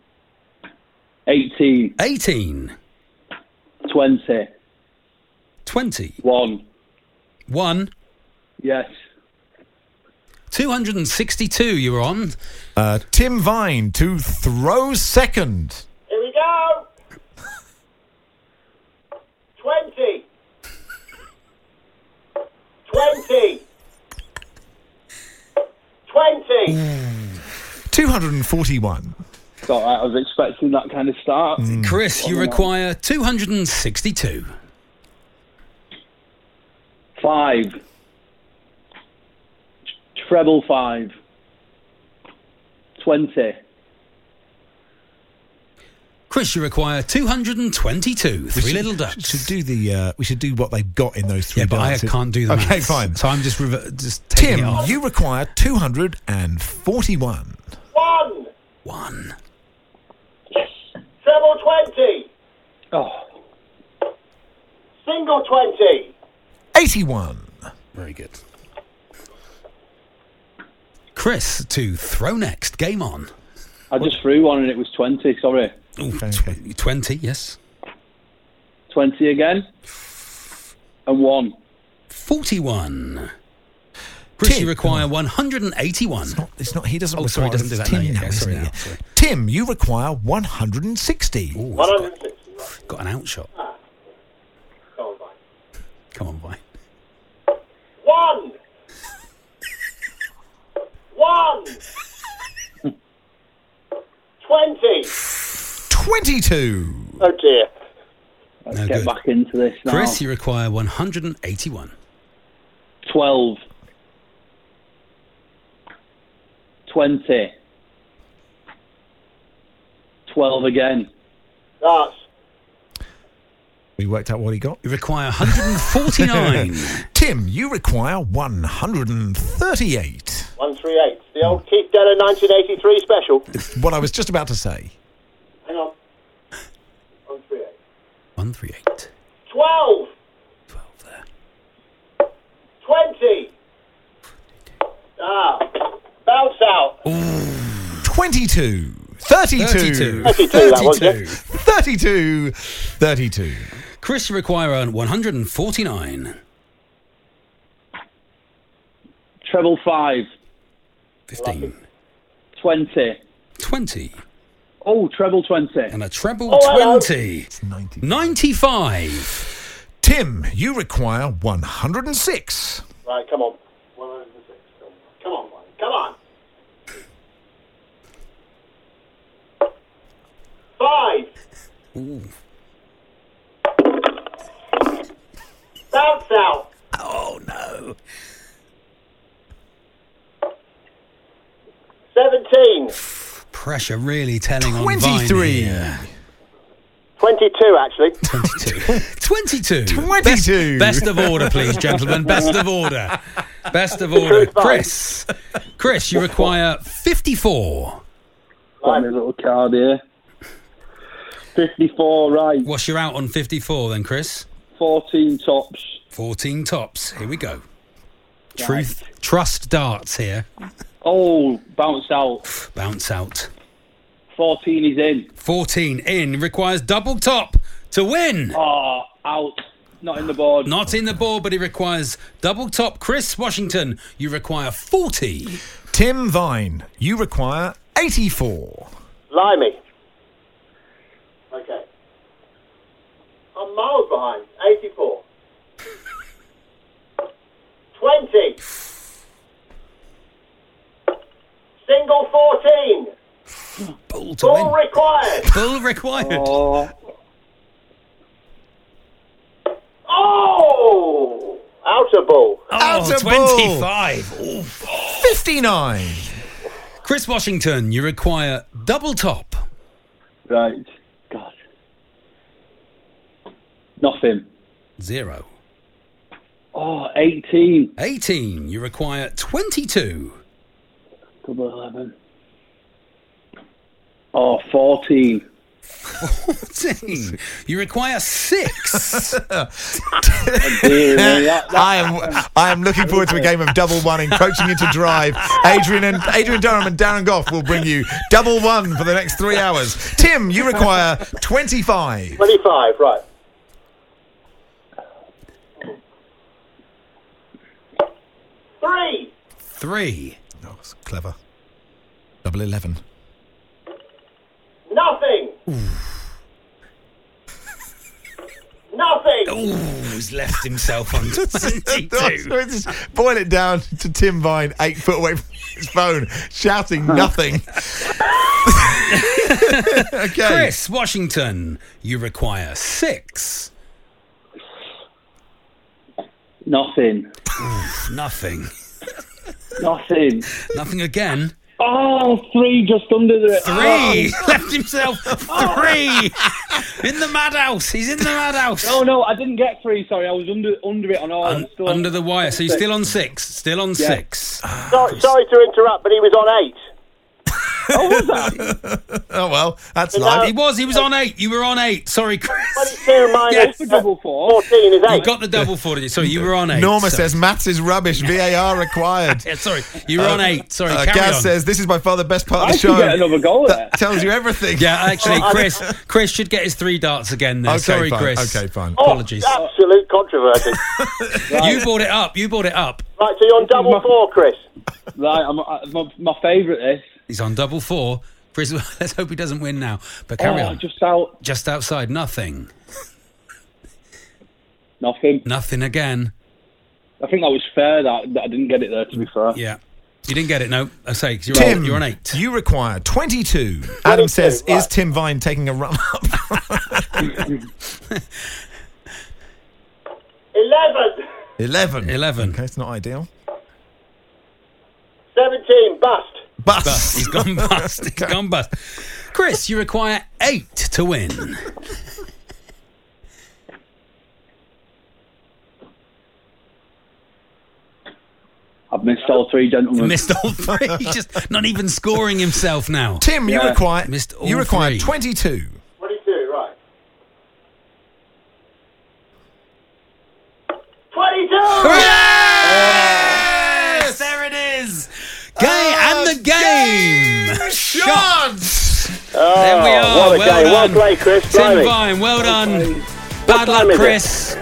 S11: 18.
S5: 18.
S11: 20.
S5: 20.
S11: 1.
S5: 1.
S11: Yes.
S5: 262 you were on.
S4: Uh, Tim Vine to throw second.
S10: Here we go. Twenty. Twenty. Twenty.
S4: 241.
S11: So I was expecting that kind of start.
S5: Mm. Chris, you
S11: One and
S5: require 262.
S11: a- Five. Treble five. 20.
S5: Chris, you require 222. Three
S4: should-
S5: little ducks.
S4: Should do the. Uh, we should do what they've got in those three.
S5: Yeah, but I
S4: darts.
S5: can't do the
S4: Okay,
S5: maths.
S4: fine.
S5: So I'm just rever- just taking it
S4: Tim,
S5: off.
S4: you require 241.
S10: One.
S5: One.
S10: Treble twenty.
S11: Oh.
S10: Single twenty.
S4: 81.
S5: Very good. Chris to throw next. Game on.
S11: I just threw one and it was 20. Sorry.
S5: Ooh, tw- 20, yes.
S11: 20 again. And one.
S5: 41. Chris, you require 181. It's
S4: not, it's not, he doesn't
S5: oh, sorry, he
S4: require-
S5: doesn't do that
S4: it's Tim
S5: now.
S4: now,
S5: Yeah, sorry,
S4: isn't
S5: now.
S4: it? Tim, you require 160.
S10: One hundred and sixty.
S5: Got an out shot. Come on, boy.
S10: One. One. Twenty.
S4: 22.
S10: Oh dear.
S11: Let's
S5: No
S11: get
S5: good.
S11: back into this now.
S5: Chris, you require 181.
S11: 12. 20. 12 again.
S10: That's
S4: We worked out what he got.
S5: You require 149.
S4: Tim, you require 138.
S10: 138. The old Keith Deller 1983 special.
S4: What I was just about to say.
S10: Hang on. 138.
S5: 138.
S10: 12. 12 there. 20. Ah. Bounce out.
S4: 22. 32.
S5: 32.
S10: 32, that was, yeah.
S4: 32. 32.
S5: Chris, you require 149.
S11: Treble 5.
S5: 15.
S11: 20.
S5: 20.
S11: Oh, treble 20.
S5: And a treble
S11: Oh, hello.
S5: 20. 95.
S4: Tim, you require 106.
S10: Right, come on. 106. Come on, Wayne. Come on. Five.
S5: Ooh.
S10: Bounce out.
S5: Oh, no.
S10: 17.
S5: Pressure really telling on Vine
S4: 23.
S5: here.
S10: 22, actually.
S5: 22.
S4: 22.
S5: Best, best of order, please, gentlemen. Best of order. Best of order. Chris. Chris, you require 54.
S11: Got me a little card here. 54, right.
S5: What's your out on 54 then, Chris?
S11: 14 tops.
S5: 14 tops. Here we go. Truth, trust darts here.
S11: Oh, bounce out.
S5: Bounce out.
S11: 14 is in.
S5: 14 in requires double top to win.
S11: Oh, out. Not in the board.
S5: Not in the ball, but it requires double top. Chris Washington, you require 40.
S4: Tim Vine, you require 84.
S10: Limey. Okay. I'm miles behind. 84. 20. Single 14.
S5: Bull to
S10: All
S5: win.
S10: required.
S5: Bull required.
S11: Oh,
S10: Oh! Outer ball.
S5: Oh,
S4: Outer ball.
S5: 25. Oh.
S4: 59.
S5: Chris Washington, you require double top.
S11: right. God. Nothing.
S5: Zero.
S11: Oh, 18.
S5: 18. You require 22.
S11: Double 11. Oh, 14.
S5: 14. You require six.
S11: Dear me, that- that-
S4: I am I am looking forward to a game of double one encroaching into drive. Adrian and Adrian Durham and Darren Goff will bring you double one for the next three hours. Tim, you require twenty five.
S10: 25, right. Three.
S5: Three.
S4: Oh, it's clever. Double eleven.
S10: Nothing. Nothing.
S5: Ooh, he's left himself on 22.
S4: Just boil it down to Tim Vine, eight foot away from his phone, shouting nothing. okay.
S5: Chris Washington, you require six.
S11: Nothing.
S5: Nothing.
S11: Nothing.
S5: Nothing again.
S11: Oh, three just under
S4: Oh.
S11: the. Oh.
S5: Three. Left himself three. In the madhouse. He's in the madhouse.
S11: Oh, no, I didn't get three. Sorry, I was under under it on all.
S5: Un-
S11: still
S5: under the wire. So you're
S11: six.
S5: still on six. Still on
S11: Yeah.
S5: six.
S10: Sorry, sorry to interrupt, but he was on eight.
S4: Oh well, that's
S10: But
S4: live.
S5: He was. He was on eight. You were on eight. Sorry, Chris.
S10: 22 minus
S11: That's a double four.
S10: 14 is
S5: You
S10: eight.
S5: got the double for you. Sorry, you were on eight.
S4: Norma
S5: Sorry.
S4: says maths is rubbish. VAR required.
S5: Yeah, sorry, you were on eight. Sorry,
S4: Uh,
S5: carry
S4: Gaz
S5: on.
S4: says this is by far the best part of
S11: I
S4: the show.
S11: should get another goal there.
S4: That tells you everything.
S5: Yeah, actually, Chris, Chris should get his three darts again. There.
S4: Okay,
S5: sorry,
S4: fine.
S5: Chris.
S4: Okay, fine.
S10: Oh,
S5: Apologies.
S10: absolute controversy.
S5: You brought it up. You brought it up.
S10: right, so you're on double four, Chris.
S11: Right, I'm, I, my, my favourite this.
S5: He's on double four. Chris, let's hope he doesn't win now. But carry
S11: oh,
S5: on. Just...
S11: just out.
S5: outside, nothing.
S11: Nothing.
S5: Nothing again.
S11: I think that was fair that, that I didn't get it there, to be fair.
S5: Yeah. You didn't get it, no. I say, 'cause you're,
S4: Tim,
S5: on, you're on eight.
S4: you require 22. Adam says,
S10: right.
S4: is Tim Vine taking a run up?
S12: Eleven.
S4: 11. 11. Okay, it's not ideal.
S12: Seventeen. Bust.
S4: Bust.
S5: He's gone bust. He's gone bust. Chris, you require eight to win.
S11: I've missed all three
S5: You
S11: gentlemen.
S5: missed all three. He's just not even scoring himself now.
S4: Tim, you
S5: Yeah.
S4: require
S5: Missed all
S4: you require
S5: three.
S4: 22.
S12: Twenty-two. Right. Twenty-two.
S5: Yes! There it is. Game
S4: Ah,
S5: and the game. Shots. there we are.
S12: Ah, what a
S5: well
S12: game. Well
S5: done.
S12: played, Chris.
S5: Tim
S12: Blimey.
S5: Vine, well done. Bad luck,
S12: time is it?
S5: Chris.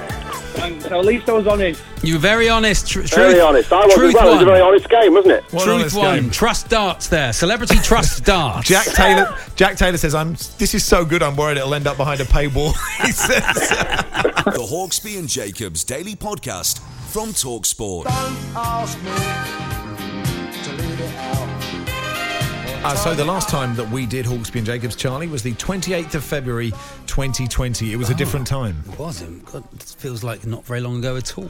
S11: So at least I was honest.
S5: You were very honest. Tr-
S12: Very
S5: truth-
S12: honest. I was
S5: truth
S12: as well. It was a
S5: won.
S12: very honest game, wasn't it?
S5: Truth one. Trust darts there. Celebrity trust darts.
S4: Jack Taylor Jack Taylor says, I'm this is so good I'm worried it'll end up behind a paywall. he says
S1: the Hawksby and Jacobs Daily Podcast from Talksport.
S9: Ask me to leave it out.
S4: Uh, so the last time that we did Hawksby and Jacobs, Charlie, was the 28th of February 2020. It was a different time.
S5: It was. It God, it feels like not very long ago at all.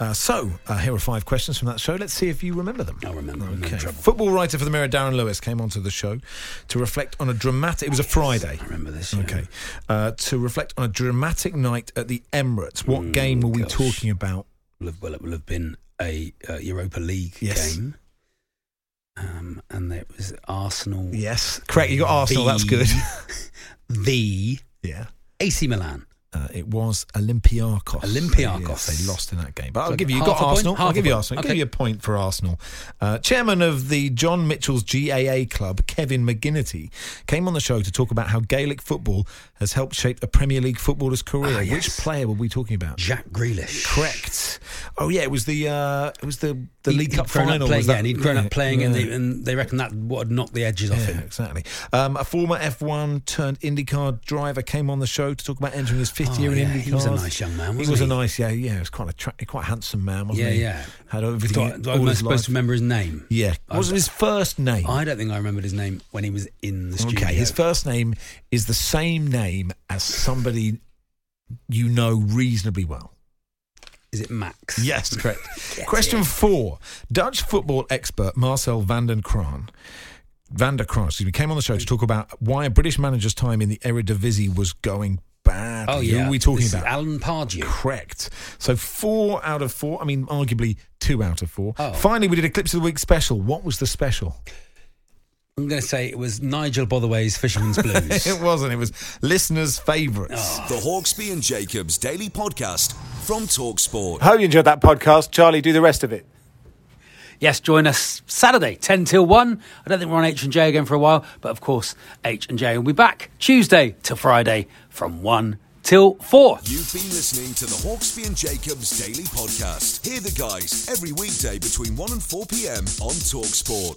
S4: Uh, so uh, here are five questions from that show. Let's see if you remember them.
S5: I remember. I'm in
S4: Okay.
S5: trouble.
S4: Football writer for the Mirror, Darren Lewis, came onto the show to reflect on a dramatic. It was a Friday. I
S5: remember this.
S4: Okay. Uh, to reflect on a dramatic night at the Emirates.
S5: Mm,
S4: What game were we talking about?
S5: Will have, well, it will have been a uh, Europa League
S4: Yes.
S5: game. Um, and it was Arsenal.
S4: Yes, correct. You got Arsenal. That's good.
S5: the
S4: yeah.
S5: AC Milan.
S4: Uh, it was Olympiakos.
S5: Olympiakos.
S4: Yes, they lost in that game. But I'll
S5: So
S4: give you, you
S5: half
S4: got
S5: a point?
S4: Arsenal.
S5: Half
S4: I'll
S5: a
S4: give you
S5: point.
S4: Arsenal. I'll
S5: Okay.
S4: give you a point for Arsenal. Uh, chairman of the John Mitchell's GAA club, Kevin McGinnity, came on the show to talk about how Gaelic football has helped shape a Premier League footballer's career.
S5: Ah,
S4: Which
S5: yes.
S4: player were we talking about?
S5: Jack Grealish.
S4: Correct. Oh yeah, it was the uh, it was the the
S5: He-
S4: League
S5: he'd
S4: Cup
S5: grown
S4: final.
S5: Up playing,
S4: was that-
S5: yeah, and he'd grown
S4: yeah,
S5: up playing, and,
S4: yeah.
S5: they, and they reckon that would knock the edges off
S4: Yeah,
S5: him.
S4: exactly. Um, a former F1 turned IndyCar driver came on the show to talk about entering his fifth
S5: Oh,
S4: year in
S5: yeah,
S4: IndyCar.
S5: he was a nice young man,
S4: he
S5: wasn't
S4: was a
S5: he?
S4: nice, yeah, yeah. He was quite a tra- quite a handsome man, wasn't
S5: Yeah,
S4: he?
S5: yeah.
S4: Had
S5: Do I,
S4: everything.
S5: do I-
S4: all
S5: am I
S4: his
S5: supposed
S4: life.
S5: to remember his name?
S4: Yeah.
S5: I-
S4: What was his first name?
S5: I don't think I remembered his name when he was in the studio.
S4: okay, his first name is the same name as somebody you know reasonably well.
S5: Is it Max?
S4: Yes, correct. Question four. Dutch football expert Marcel van den Kraan. Van der Kraan, excuse me, came on the show to talk about why a British manager's time in the Eredivisie was going bad.
S5: Oh,
S4: Who
S5: yeah.
S4: are we talking
S5: This is
S4: about?
S5: Alan Pardew.
S4: Correct. So four out of four. I mean, arguably two out of four.
S5: Oh.
S4: Finally, we did a Clips of the Week special. What was the special?
S5: I'm going to say it was Nigel Botherway's Fisherman's Blues.
S4: it wasn't. It was listeners' favourites.
S1: Oh. The Hawksby and Jacobs Daily Podcast from Talksport.
S2: Hope you enjoyed that podcast. Charlie, do the rest of it.
S3: Yes, join us Saturday, 10 till 1. I don't think we're on H&J again for a while, but of course, H&J will be back Tuesday to Friday from 1 till 4.
S1: You've been listening to the Hawksby and Jacobs Daily Podcast. Hear the guys every weekday between 1 and 4 p.m. on Talksport.